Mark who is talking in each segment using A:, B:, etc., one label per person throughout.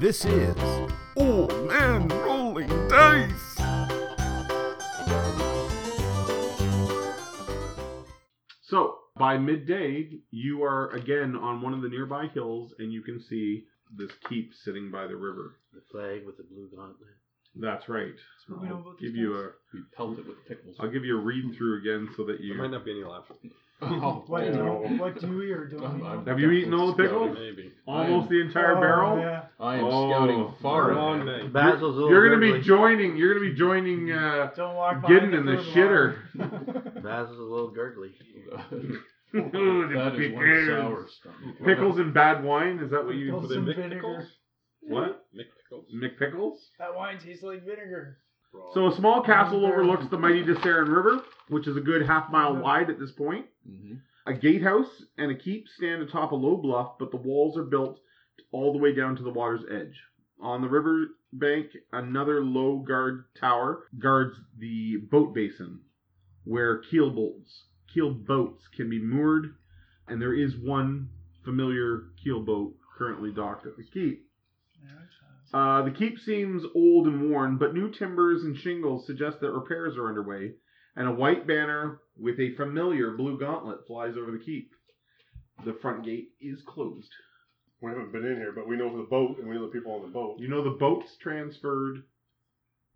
A: This is Oh Man Rolling Dice.
B: So by midday, you are again on one of the nearby hills, and you can see this keep sitting by the river.
C: The flag with the blue gauntlet.
B: That's right.
D: What do we know about these
B: give you
D: guys?
B: a,
E: We pelt it with pickles.
B: I'll give you a read through again so that you
F: There might not be any left.
E: Oh,
D: What,
E: no.
D: do, what do we or don't we
E: I'm-
D: know?
E: I'm
B: Have you eaten all the
E: scouting.
B: pickles?
F: Maybe.
B: almost the entire
D: Oh,
B: barrel.
D: Yeah.
E: I am
B: Oh,
E: scouting far
F: Long
E: ahead.
F: night.
C: Basil's a little
B: You're gonna be
C: gurgly.
B: joining. You're gonna be joining. Uh,
D: Don't walk behind
B: Getting in the
D: food line.
C: Basil's a little gurgly.
E: that is one sour stomach.
B: pickles and bad wine. Is that what you?
D: Pickles
F: Were they
D: and
F: Mick
D: vinegar.
F: pickles?
B: What?
F: Mick pickles?
B: McPickles?
D: that wine tastes like vinegar.
B: So a small castle overlooks the mighty Desaran River, which is a good half mile wide at this point.
E: Mhm.
B: A gatehouse and a keep stand atop a low bluff, but the walls are built all the way down to the water's edge. On the river bank, another low guard tower guards the boat basin, where keel bolts, keel boats can be moored, and there is one familiar keel boat currently docked at the keep. Uh, the keep seems old and worn, but new timbers and shingles suggest that repairs are underway, and a white banner with a familiar blue gauntlet flies over the keep. The front gate is closed.
F: We haven't been in here, but we know of the boat and we know the people on the boat.
B: You know the boats transferred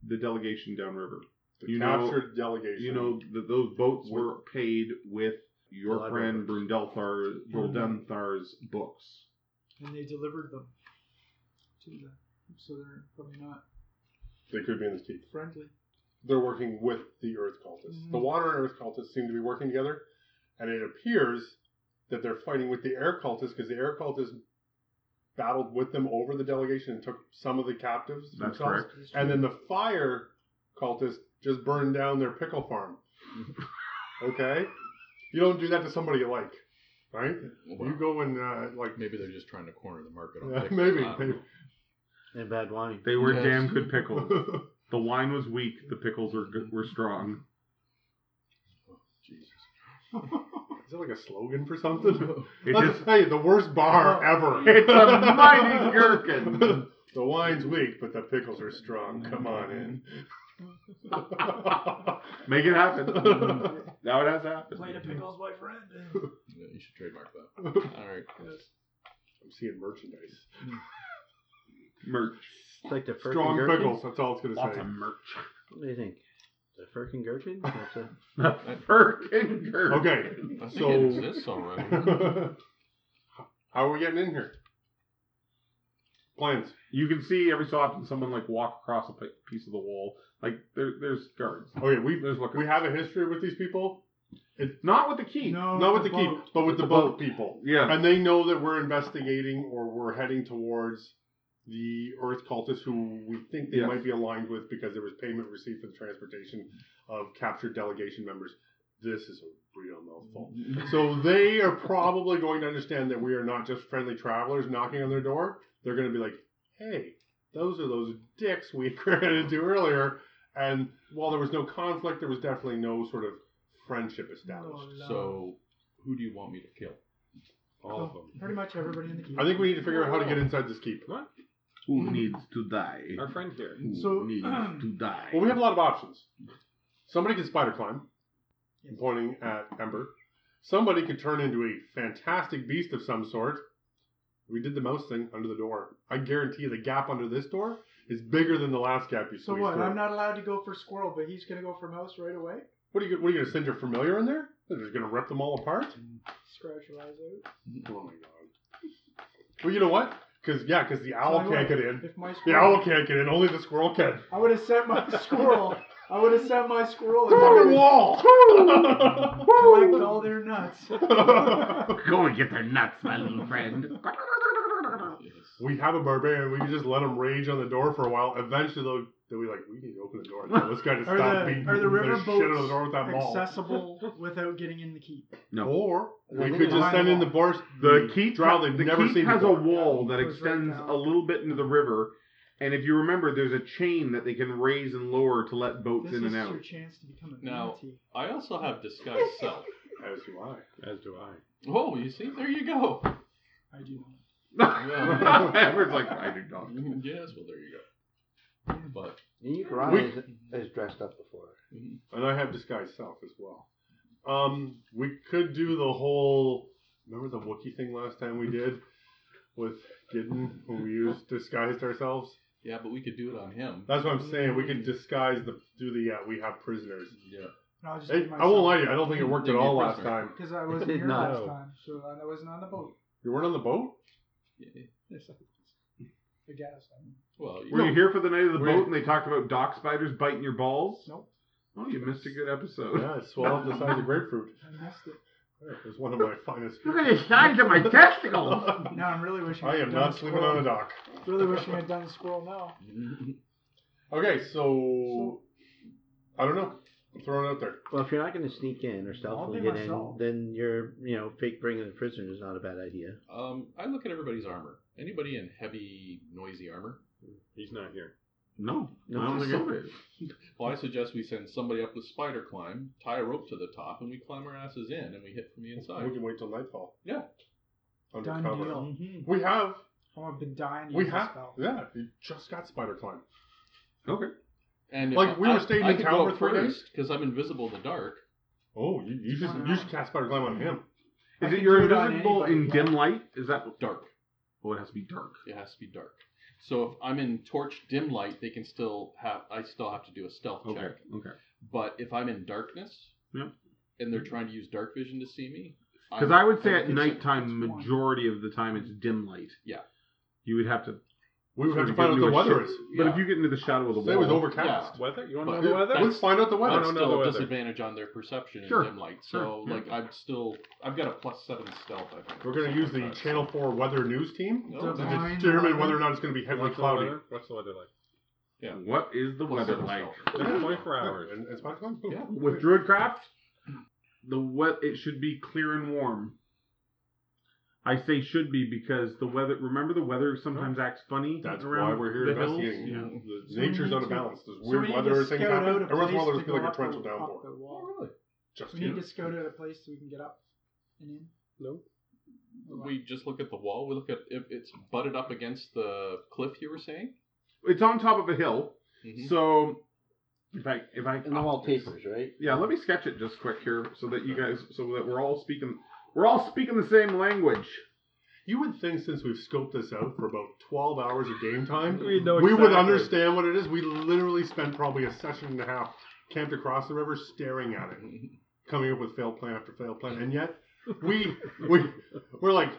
B: the delegation downriver.
F: The
B: you know-
F: captured delegation.
B: You know that those boats were paid with your
C: Library
B: friend
C: books.
B: Brundelthar, Brundelthar's books.
D: And they delivered them to them. So they're probably not
F: they could be in this keep.
D: friendly.
F: They're working with the Earth cultists.
D: Mhm.
F: The water and Earth cultists seem to be working together, and it appears that they're fighting with the air cultists because the air cultists battled with them over the delegation and took some of the captives.
B: That's
F: themselves.
B: correct.
F: And then the fire cultists just burned down their pickle farm. okay? You don't do that to somebody you like, right?
E: Well,
F: You go and, uh, like,
E: maybe they're just trying to corner the market on
F: Yeah,
E: pickles.
F: maybe,
B: uh,
E: I don't know.
C: And bad wine.
B: They were
E: Yes.
B: damn good pickles. The wine was weak. The pickles were good, were strong.
E: Jesus.
F: Is that like a slogan for something?
B: It
F: Let's
B: just
F: tell you, the worst bar ever.
B: It's a mighty gherkin.
F: The wine's weak, but the pickles are strong. Come on in.
B: make it happen. Now it has happened.
D: Plate of pickles, my friend.
E: Yeah, you should trademark that. All right.
F: I'm seeing merchandise.
B: Merch.
C: It's like the firkin
F: Strong
C: gherkin.
F: pickles, that's all it's going
B: Lots
F: to
B: of
F: say.
B: merch.
C: What do you think? The firkin gherkin? That's a
B: Perkin Gert.
F: Okay,
E: I think
F: So-
E: it exists already.
F: How are we getting in here? Plans.
B: You can see every so often someone like walk across a pi- piece of the wall. Like there, there's guards.
F: Okay, we
B: There's lookers.
F: we have a history with these people.
B: Not with the key.
D: No,
F: Not with the keep,
D: boat.
F: but with
B: With
F: the
B: the
F: boat people.
B: Yeah.
F: And they know that we're investigating or we're heading towards the Earth cultists who we think they
B: Yes.
F: might be aligned with because there was payment received for the transportation of captured delegation members. This is a real mouthful. So they are probably going to understand that we are not just friendly travelers knocking on their door. They're going to be like, hey, those are those dicks we ran into earlier. And while there was no conflict, there was definitely no sort of friendship established.
D: Oh,
E: So, who do you want me to kill?
F: All of them.
D: Pretty much everybody in the keep.
F: I think we need to figure out how to get inside this keep.
B: Who needs to die?
G: Our friend here.
B: Who
D: So-
B: needs to die?
F: Well, we have a lot of options. Somebody can spider climb,
D: Yes.
F: pointing at Ember. Somebody could turn into a fantastic beast of some sort. We did the mouse thing under the door. I guarantee you the gap under this door is bigger than the last gap you
D: So
F: squeezed
D: what?
F: through.
D: I'm not allowed to go for squirrel, but he's gonna go for mouse right away.
F: What are you, what are you going to send your familiar in there? They're just going to rip them all apart?
D: Scratch your eyes out.
F: Oh, my God. Well, you know what? Because, yeah, because the owl
D: Tell you
F: can't
D: what,
F: get in.
D: If my
F: The
D: squirrel,
F: owl can't get in. Only the squirrel can.
D: I would have sent my squirrel. I would have sent my squirrel
F: Through the
D: and
F: wall!
D: collect all their nuts.
B: Go and get their nuts, my little friend.
E: Yes.
F: we have a barbarian. We can just let him rage on the door for a while. Eventually, they'll they'll be like, we need to open the door. and tell this guy to
D: Are
F: stop
D: the-
F: beating
D: are the river
F: shit out
D: boats
F: of the door with that ball.
D: Accessible without getting in the keep.
F: Or we
C: They
F: could just
D: behind
F: send
D: the
F: in the
D: wall.
F: bars.
B: The keep,
F: drow they've
B: the
F: never
B: keep
F: seen
B: has
F: before.
B: a wall that
D: Goes right
B: extends
D: down.
B: a little bit into the river, and if you remember, there's a chain that they can raise and lower to let boats
D: This
B: in
D: is
B: and out.
D: your chance to become a
E: Now-
D: manatee.
E: I also have disguise self.
F: As do I. As do I.
E: Oh, you see? There you go.
D: I do not.
B: Edward's like, I do not.
F: Mm-hmm.
E: yes, well, there you go. But
C: And you
F: We-
C: Karate is, is dressed up before.
F: And I have disguised self as well. Um, we could do the whole. Remember the Wookiee thing last time we did with Gideon, who we used disguised ourselves.
E: yeah, but we could do it on him.
F: That's what I'm saying. We could disguise the do the uh, we have prisoners.
E: yeah.
D: And I'll just
F: Hey,
D: be
F: I
D: myself
F: won't lie to you. I don't think it worked at all last time.
D: because I wasn't
C: did
D: here
C: not.
D: last time, so I wasn't on the boat.
F: You weren't on the boat.
E: yeah.
D: Yes, I I guess. I mean,
E: Well, you
B: Were you here for the night of the
F: We're-
B: boat and they talked about dock spiders biting your balls?
D: Nope.
B: Oh, you missed a good episode.
F: Yeah, I swallowed the size of grapefruit.
D: I missed it.
F: It was one of my finest.
B: Look at the size of my testicles.
D: Now I'm really wishing.
F: I
D: I'd
F: am
D: done
F: not
D: the
F: sleeping
D: squirrel.
F: on a dock.
D: Really wishing I'd done the squirrel now.
F: Okay, so I don't know. I'm throwing it out there.
C: Well, if you're not going to sneak in or stealthily
D: be
C: get
D: myself.
C: in, then you're, you know, fake bringing the prisoner is not a bad idea.
E: um, I look at everybody's armor. Anybody in heavy, noisy armor?
G: He's not here.
B: No,
C: No,
B: I don't
C: it's
B: think it is.
E: Well, I suggest we send somebody up with spider climb, tie a rope to the top, and we climb our asses in, and we hit from the
F: We
E: inside.
F: can wait till nightfall.
E: Yeah.
D: Done
F: Undercover.
D: deal. Oh,
E: Mhm.
F: We have.
D: I've been dying to
F: Mm-hmm. We
D: use this
F: have.
D: spell.
F: Yeah, you just got spider climb.
E: And if
F: Like, we
E: I-
F: were staying
E: I
F: in
E: could
F: town
E: go
F: for
E: up
F: three days.
E: first because I'm invisible in the dark.
F: Oh, you, you just
D: Why not?
F: you just cast spider climb on him.
D: I
B: Is it
D: can
B: you're
D: do it on
B: invisible
D: anybody,
B: in
D: yeah.
B: dim light? Is that?
E: Dark.
B: Oh, it has to be dark.
E: It has to be dark. So if I'm in torch dim light, they can still have. I still have to do a stealth
B: Okay.
E: check.
B: Okay.
E: But if I'm in darkness,
B: Yeah.
E: and they're trying to use dark vision to see me,
B: Because
E: I'm-
B: I would say
E: I'm
B: at
E: considered-
B: nighttime,
D: it's one.
B: majority of the time it's dim light.
E: Yeah.
B: You would have to.
F: We would
B: sort
F: have to
B: of get
F: find out
B: into
F: the
B: a
F: weather
B: shade.
F: is.
B: But if
E: Yeah.
B: you get into the shadow of the
F: It
B: wall,
F: was overcast.
G: Weather? You want to
E: But-
G: know the weather?
F: Let's find out the
E: But
F: weather.
G: I
E: it's
G: don't know
E: still
G: the
E: a
G: weather.
E: disadvantage on their perception
B: Sure.
E: in dim light.
B: Sure.
E: So
B: Yeah.
E: like I'm still I've got a plus seven stealth. I think.
F: We're going to use
E: Something
F: the
E: like that.
F: Channel Four weather news team
E: No,
F: to
E: that's-
D: Divine
F: determine
D: weather.
F: whether or not it's going to be heavily
G: What's the
F: cloudy.
G: weather? What's the weather like?
B: what is the
E: plus
B: weather
E: seven
B: like?
E: stealth.
G: It's 24
F: Yeah,
G: hours.
F: And, and spider climb. Boom.
E: Yeah.
B: With Druidcraft, the wet it should be clear and warm. I say should be because the weather. Remember, the weather sometimes acts funny.
F: That's
B: around
F: why we're here
B: the hills?
F: investigating.
E: hills, yeah.
F: The
D: So we
F: nature's
D: need to-
F: unbalanced. There's
D: So we
F: weird
D: need
F: weather
D: to
F: things
D: scout out
F: happen.
D: a
F: Every once in a
D: place
F: while, there's
D: to
F: gonna be like
D: go
F: a
D: up the-
F: torrential
D: up
F: downpour.
D: the wall.
E: Oh really?
F: Just
D: We need
F: here.
D: to scout out a place so we can get up and in.
G: No.
E: We just look at the wall. We look at if it's butted up against the cliff. You were saying.
B: It's on top of a hill,
F: Mm-hmm.
E: Mhm.
B: so if I if I
C: And the wall tapers, right?
B: yeah, let me sketch it just quick here so that you guys so that we're all speaking we're all speaking the same language.
F: You would think since we've scoped this out for about 12 hours of game time,
G: We know
F: we would
G: exactly.
F: understand what it is. We literally spent probably a session and a half camped across the river staring at it, coming up with failed plan after failed plan. And yet, we, we, we're like,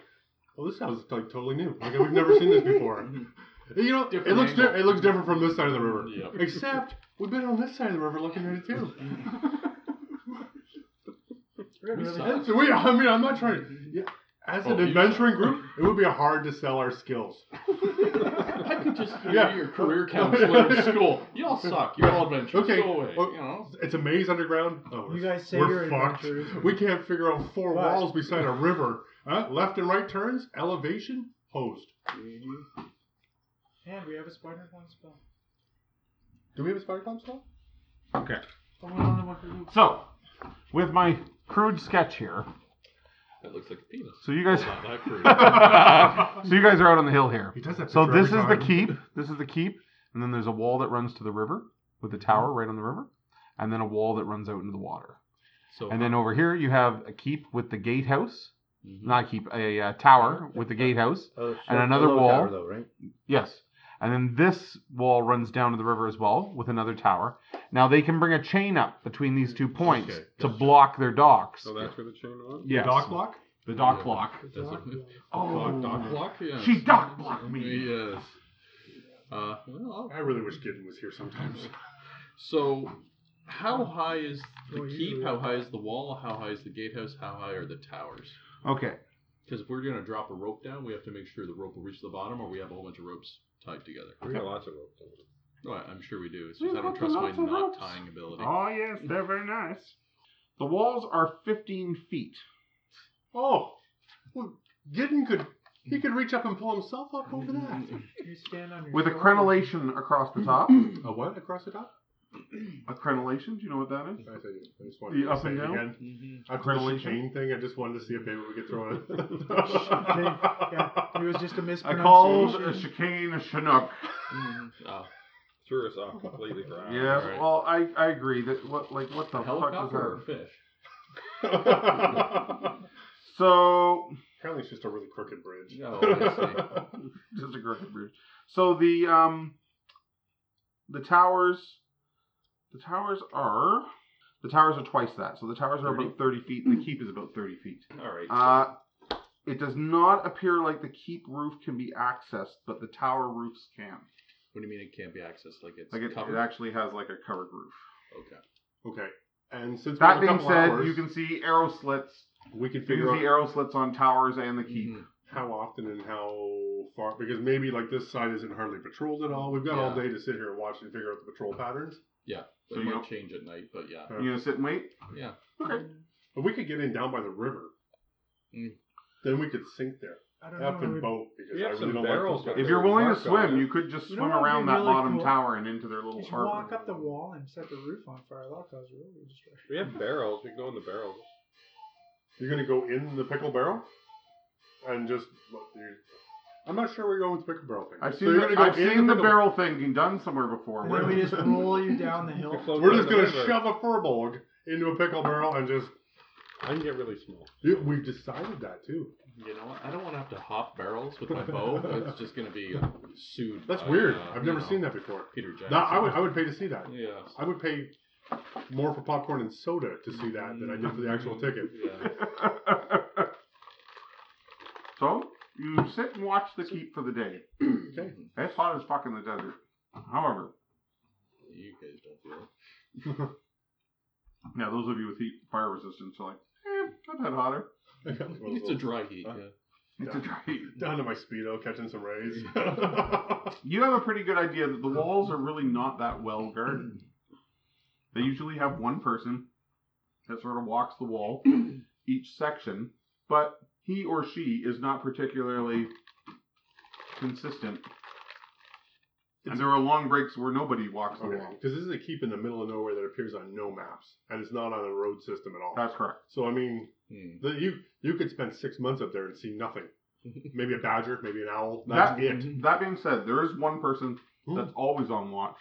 F: well, this sounds like totally new. Like, we've never seen this before. You know, it
E: Different
F: looks, di-
E: angle.
F: it looks different from this side of the river.
E: Yep.
F: Except, we've been on this side of the river looking at it too.
E: We
D: Really?
E: suck.
F: So we, I mean, I'm not trying to. Yeah, as
E: Oh,
F: an
E: you
F: adventuring group, it would be hard to sell our skills.
E: I could just be
F: Yeah.
E: your career counselor in school. Y'all suck. You're all adventurous.
F: Okay.
E: Go away.
F: Well-
E: you know.
F: It's a maze underground. Oh, we're-
D: You guys say
F: we're
D: you're
F: fucked.
D: adventurers.
F: We can't figure out four
D: But-
F: walls beside a river. Huh? Left and right turns, elevation, hosed.
D: And we have a spider one spell.
F: Do we have a spider climb spell?
B: Okay.
D: Oh, we don't know what to do.
B: So with my crude sketch here,
E: That looks like a penis.
B: so you guys
E: Not that career.
B: so you guys are out on the hill here.
F: He does that.
B: So
F: picture
B: this is
F: every
B: the
F: time.
B: keep. This is the keep, and then there's a wall that runs to the river with a tower right on the river, and then a wall that runs out into the water.
E: So
B: And then over here you have a keep with the gatehouse,
E: Mhm.
B: not a keep, a uh, tower with the gatehouse.
C: Oh, so
B: And another
C: the low
B: wall.
C: tower, though, right?
B: Yes. And then this wall runs down to the river as well with another tower. Now they can bring a chain up between these two points
G: Okay,
B: to
G: gotcha.
B: block their docks.
G: So that's where the chain was?
B: yes.
F: Dock block.
B: The dock block.
E: Does it-
B: Oh.
E: Doc, doc block? Yes.
B: She doc blocked me.
E: Yes. Uh, well,
F: I really wish Gideon was here sometimes.
E: so, how high is the
D: No, you
E: keep?
D: do.
E: How high is the wall? How high is the gatehouse? How high are the towers?
B: Okay.
E: Because if we're going to drop a rope down, we have to make sure the rope will reach the bottom, or we have a whole bunch of ropes tied together.
G: We got lots of rope. don't we?
E: Well, I- I'm sure we do. It's
B: We've
E: just I don't
B: got
E: trust my
B: lots of
E: knot
B: ropes.
E: tying ability.
B: Oh yes, they're very nice. The walls are 15 feet.
F: Oh, well, Gideon could he could reach up and pull himself up over that.
D: You stand on your
B: with a
D: shoulder.
B: crenellation across the top.
F: A what across the top?
B: Accrenellation? Do you know what that is?
F: I tell you, I just wanted
B: The
F: to
B: up
F: say
B: and
F: it
B: down?
F: again.
E: Mhm.
F: After the
B: Accrenellation?
F: chain thing, I just wanted to see if maybe we could throw it.
D: It was just a
B: I
D: mispronunciation.
B: called a chicane a chinook.
E: Mhm. Oh.
G: Threw us off completely for hours.
B: Yeah,
E: right.
B: well, I, I agree that what like what the fuck
E: A
B: is
E: helicopter or a
B: that?
E: fish?
B: So
F: Apparently, it's just a really crooked bridge.
E: No, I
B: just a great bridge. So the um the towers the towers are the towers are twice that. So the towers are about thirty feet and the keep is about thirty feet.
E: All right.
B: Uh it does not appear like the keep roof can be accessed, but the tower roofs can.
E: what do you mean it can't be accessed? Like it's
B: Like it,
E: covered?
B: it actually has like a covered roof.
E: okay.
F: okay. And since
B: That
F: we have a
B: being
F: couple
B: said,
F: hours,
B: you can see arrow slits.
F: we can
B: You
F: figure
B: can see
F: out
B: arrow slits on towers and the keep.
E: Mhm.
F: how often and how far because maybe like this side isn't hardly patrolled at all. We've got all
E: Yeah.
F: day to sit here and watch and figure out the patrol patterns.
B: So
E: it
B: you
E: might
B: don't-
E: change at night, but yeah.
F: Mm-hmm.
B: You gonna sit and wait?
E: Yeah.
B: Okay.
F: But we could get in down by the river.
E: Mm.
F: Then we could sink there.
B: Uh,
D: I
F: I have
D: don't
F: to
D: know. it would-
F: boat because
G: We
F: I
G: have
F: really
G: some
F: don't
G: barrels
F: like
G: with
F: this.
B: If you're willing to
G: Mark on
B: swim,
G: it.
B: you could just
D: You
B: swim
D: know what would
B: around
D: be
B: that
D: really
B: bottom
D: cool?
B: tower and into their little
D: Just
B: harbor.
D: walk up the wall and set the roof on fire. That cause really destruction.
G: We have barrels. We can go in the barrels.
F: You're gonna go in the pickle barrel, and just. look, dude, I'm not sure where you're going with the pickle barrel thing.
B: I've
F: So
B: seen,
F: you're
B: the,
F: gonna go
B: I've
F: in
B: seen the
F: pickle-
B: barrel thing done somewhere before.
D: And
B: Where-
D: then we just roll you down the hill.
G: We float
F: We're
G: down
F: just
G: the
F: gonna
G: river.
F: shove a furball into a pickle barrel and just.
G: I can get really small.
F: Dude, we've decided that too.
E: You know what? I don't want to have to hop barrels with my bow. it's just gonna be uh, sued.
F: That's
E: by,
F: weird.
E: uh,
F: I've
E: you
F: never
E: know,
F: seen that before.
E: Peter Jackson.
F: No, I would. I would pay to see that.
E: Yeah.
F: I would pay more for popcorn and soda to see that than I did for the
B: Mm.
F: actual ticket.
E: Hmm. Yeah.
B: so you sit and watch the keep for the day.
F: Okay.
E: Hmm.
B: It's hot as fuck in the desert. However,
E: You guys don't feel it.
B: now those of you with heat fire resistance are like, eh, I've had hotter.
E: It's a dry heat.
F: Uh,
E: yeah.
B: It's a dry heat.
F: Down to my speedo, catching some rays.
B: You have a pretty good idea that the walls are really not that well guarded. They usually have one person that sort of walks the wall each section, but he or she is not particularly consistent. and there are long breaks where nobody walks the wall.
F: Because this is a keep in the middle of nowhere that appears on no maps, and it's not on a road system at all.
B: That's correct.
F: so I mean,
E: Hmm.
F: the, you you could spend six months up there and see nothing. Maybe a badger, maybe an owl.
B: That-
F: That's it.
B: That being said, there is one person that's always on watch,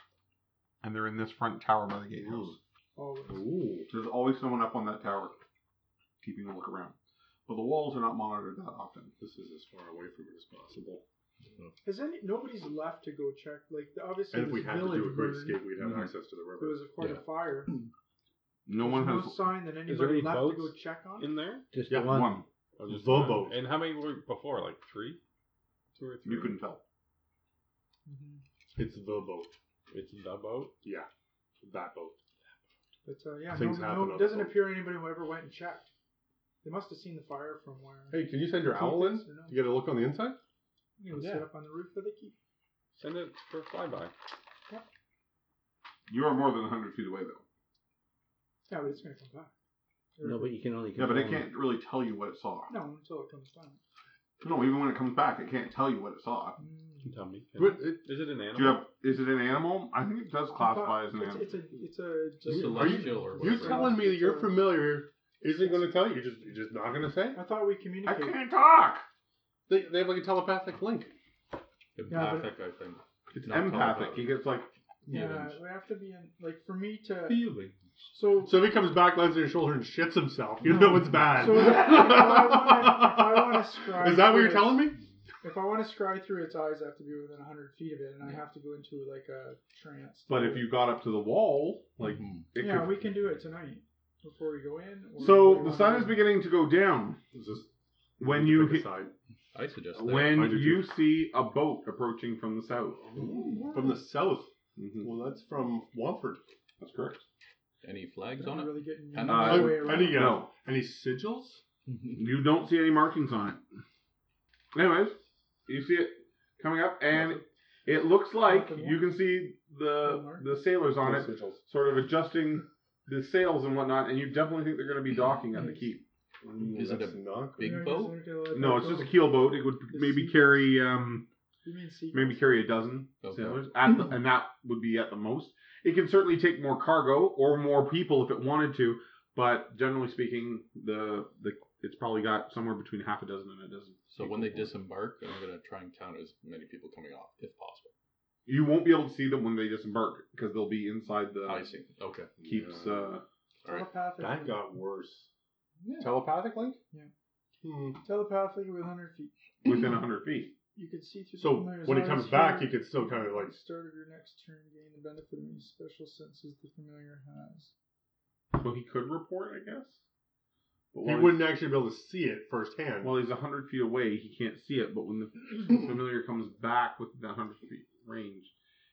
B: and they're in this front tower by the gatehouse.
D: Always.
F: Ooh.
B: There's always someone up on that tower keeping a look around. But the walls are not monitored that often.
F: This is as far away from it as possible.
D: Has any nobody's left to go check? Like the- obviously,
F: and if we
D: this
F: had to
D: village
F: do a great
D: burned.
F: escape, we'd have
B: Mhm.
F: access to the river.
D: There was a part
E: Yeah.
D: of fire.
B: No one
D: There's no
B: has
D: sign that
G: Is there
D: anybody
G: any
D: left to go
G: boats
D: check on.
G: In there?
C: Just
F: Yeah,
C: the one.
B: one.
G: Oh, just
F: The
G: one.
F: boat.
G: And how many were before? Like three? Two or three?
B: You couldn't tell.
D: Mhm.
F: It's the boat.
G: It's the boat.
F: Yeah. That boat.
D: But uh, yeah, no,
F: Things happen
D: no,
F: on
D: it doesn't
F: the boat.
D: appear anybody who ever went and checked. They must have seen the fire from where.
F: Hey, can you send your
D: Keep
F: owl in
D: this or no?
F: to get a look on the inside?
D: You know,
G: Yeah.
D: sit up on the roof of the keep.
G: Send it for a flyby.
B: You are more than 100 feet away, though.
D: Yeah, but it's going to come back. Or-
C: No, but you can only.
B: Yeah, but it
C: control-
B: can't really tell you what it saw.
D: no, until it comes back.
B: No, even when it comes back, it can't tell you what it saw.
D: Mm.
G: You can tell me.
F: But it-
G: Is it an animal?
B: Do you have? Is it an animal? I think it does classify as an
D: it's,
B: animal.
D: it's a it's a just
E: Celestial
F: Are
E: or
F: you-
D: you're
F: You're
E: whatever.
F: telling me that you're familiar isn't going to tell you. You're just, you're just not going to say.
D: I thought we
B: I
D: communicated.
B: can't talk.
F: They, they have like a telepathic link.
D: Yeah, but-
E: Empathic, I think.
B: It's
E: Not
B: empathic.
E: telepathic.
B: He gets like
D: Yeah,
E: Feelings.
D: we have to be in like for me to
E: Feelings.
D: so
F: So if he comes back, lands on your shoulder, and shits himself, you know it's bad.
D: So if I wanna- if I wanna
F: Is that what you're
D: scry
F: telling me?
D: if I want to scry through its eyes, I have to be within 100 feet of it, and I have to go into like a trance.
B: But if you got up to the wall, like
E: Hmm.
B: it
D: yeah,
B: could.
D: we can do it tonight before we go in.
B: so
D: Or before we
B: the sun
D: wanna-
B: is beginning to go down
F: It's just
B: when you
F: Mm-hmm. pick a
B: hit-
F: side.
E: I suggest that.
B: when
F: I do
B: you see a boat approaching from the south.
D: Oh,
F: from the south.
B: Mhm.
F: Well, that's from Wamford.
B: That's correct.
E: Any flags
D: I'm
E: on it?
D: really getting
E: And,
D: my
B: uh,
D: way
F: and
D: around.
F: he Yeah.
B: No,
F: Any sigils?
B: you don't see any markings on it. Anyways, you see it coming up, and it looks like you can see the the sailors on
F: No
B: it,
F: sigils.
B: sort of adjusting the sails and whatnot, and you definitely think they're going to be docking at the keep.
F: Ooh,
B: Mm,
E: Is it
F: that's
E: a
F: not good.
E: Big
D: You know,
E: boat?
D: just look at it
B: No,
D: like
B: it's
D: that.
B: just a keel boat. It would maybe carry um
D: You mean sea?
B: maybe carry a dozen
E: Okay.
B: sailors, at the, and that would be at the most. It can certainly take more cargo or more people if it wanted to, but generally speaking, the the it's probably got somewhere between half a dozen and a dozen.
E: So when they
B: people.
E: disembark, I'm going to try and count as many people coming off, if possible.
B: you won't be able to see them when they disembark because they'll be inside the
E: I see. Okay.
B: Uh, keeps.
F: Yeah.
B: Uh,
E: All right.
D: Telepathic.
F: That got worse.
D: Yeah.
G: Telepathic link?
F: Hmm.
D: Telepathic with 100 feet.
B: within 100 feet.
D: You can see through.
F: So
D: the familiar's
F: when he
D: eyes
F: comes back, you
D: here.
F: can still kind of like
D: Start of your next turn, gain the benefit of any special senses the familiar has.
B: So he could report, I guess. But
F: he
B: while
F: wouldn't actually be able to see it
B: He's,
F: firsthand.
B: while he's 100 feet away, he can't see it, but when the familiar comes back with that 100 feet range,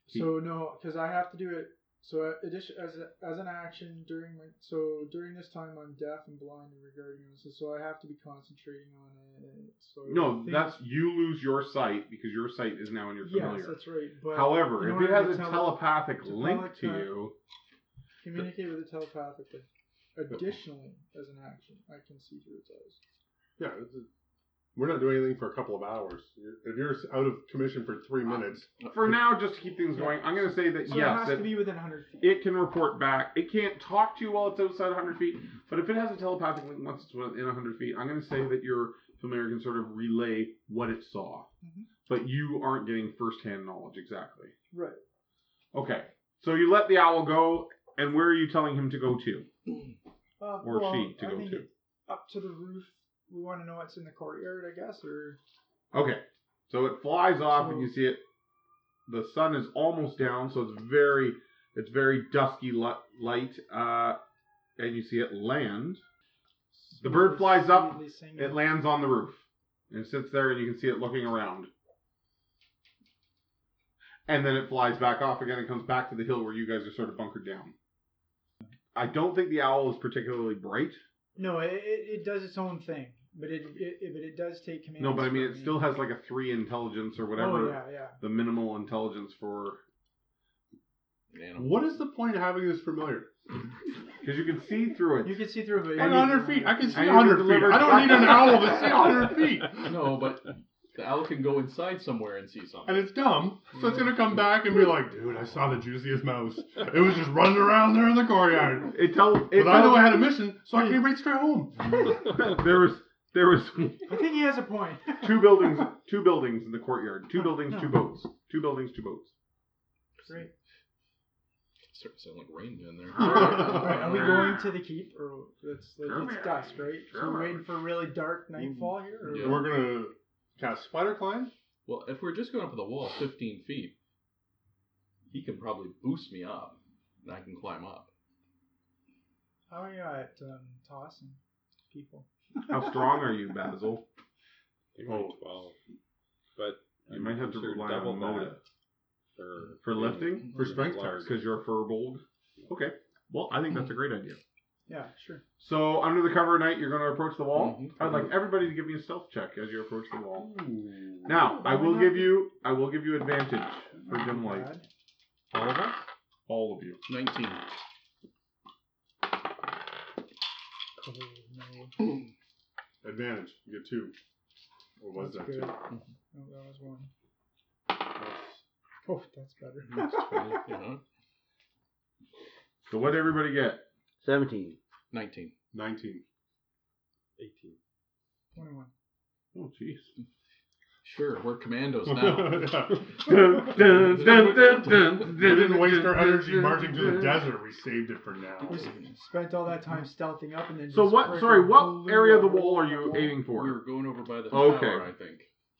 B: He-
D: So no, because I have to do it. So uh, addition as a, as an action during my so during this time I'm deaf and blind in regard to illnesses, so I have to be concentrating on it. So I
B: no,
D: think-
B: that's you lose your sight because your sight is now in your familiar.
D: yes, that's right. But
B: However, if it
D: in order to
B: has a
D: tele-
B: telepathic
D: to
B: link
D: telepath-
B: to you,
D: communicate with it telepathically. Additionally, as an action, I can see through its eyes.
F: Yeah, this is- we're not doing anything for a couple of hours. You're- If you're out of commission for three
B: Uh,
F: minutes,
B: for now, just to keep things going, I'm going to say that
D: So it
B: yes,
D: has
B: it,
D: to be within 100 feet.
B: it can report back. It can't talk to you while it's outside 100 feet, but if it has a telepathic link once it's within 100 feet, I'm going to say that your familiar can sort of relay what it saw.
D: Mhm.
B: But you aren't getting firsthand knowledge exactly.
D: right.
B: Okay. So you let the owl go, and where are you telling him to go to?
D: Uh,
B: Or
D: well,
B: she to
D: I
B: go
D: think
B: to.
D: it- Up to the roof. We want to know what's in the courtyard, I guess, or
B: Okay. So it flies off, and
D: So-
B: you see it. The sun is almost down, so it's very, it's very dusky li- light, uh, and you see it land. The bird flies up,
D: Sweetly singing.
B: It lands on the roof and sits there, and you can see it looking around. And then it flies back off again and comes back to the hill where you guys are sort of bunkered down. I don't think the owl is particularly bright.
D: No, it, it, it does its own thing, but it, it, it- but it does take commands.
B: No, but I mean,
D: from
B: it
D: me.
B: still has like a three intelligence or whatever
D: Oh yeah, yeah.
B: the minimal intelligence for.
E: An animal.
F: what is the point of having this familiar?
B: Because you can see through it.
D: You can see through it. But
F: At 100 feet, I can see
B: I need to
F: 100 feet.
B: deliver-
F: I don't need an owl to see 100 feet.
E: No, but the owl can go inside somewhere and see
F: And
E: something.
F: it's dumb, so it's gonna come back and be like, dude, I saw the juiciest mouse. It was just running around there in the courtyard.
B: It tells. It
F: But I know
B: tells-
F: I had a mission, so I came right straight home.
B: there was there was
D: I think he has a point.
B: two buildings two buildings in the courtyard. Two buildings, two boats. Two buildings, two boats.
D: Great.
E: Starting to sound like Rain Man
D: All right, are we
B: Oh,
E: there.
D: going to the keep, or it's
B: Sure,
D: like,
B: man.
D: it's dusk, right? So
B: Sure.
D: we're waiting for really dark nightfall here. Or
E: Yeah.
F: We're gonna cast spider climb.
E: well, if we're just going up the wall 15 feet, he can probably boost me up, and I can climb up.
D: How are you at um, tossing people?
B: How strong are you, Basil?
G: You might
B: Oh.
G: twelve. But
B: You might have to
G: consider
B: rely
G: double
B: on
G: that
B: Moda
G: for
B: for
G: being
B: lifting
F: For strength
G: large.
F: checks.
B: because you're a furbolg. Okay. Well, I think that's a great idea.
D: Yeah, sure.
B: So under the cover of night, you're going to approach the wall.
F: Mm-hmm.
E: Mhm.
B: I'd like everybody to give me a stealth check as you approach the wall.
D: Mm-hmm.
B: Now, I will give you, I will give you advantage for dim light,
D: Bad.
G: All of us?
B: all of you.
E: 19.
D: Oh, no.
F: Advantage. You get two. Or was
D: That's
F: that
D: good.
F: two?
D: No, that was one. Oh, that's better.
E: That's 20, uh-huh.
B: So what did everybody get?
C: 17.
E: 19.
F: 19.
G: 18.
D: 21.
B: Oh, jeez.
E: Sure, we're commandos now.
F: We didn't waste our energy marching to the desert. We saved it for now.
D: We s- spent all that time stealthing up and then.
B: Mm-hmm. So
D: just
B: what?
D: frickin'
B: Sorry, what
D: blew
B: area of the
D: up.
B: wall are you aiming
E: we were
B: for?
E: going over by the
B: Okay.
E: tower, I think.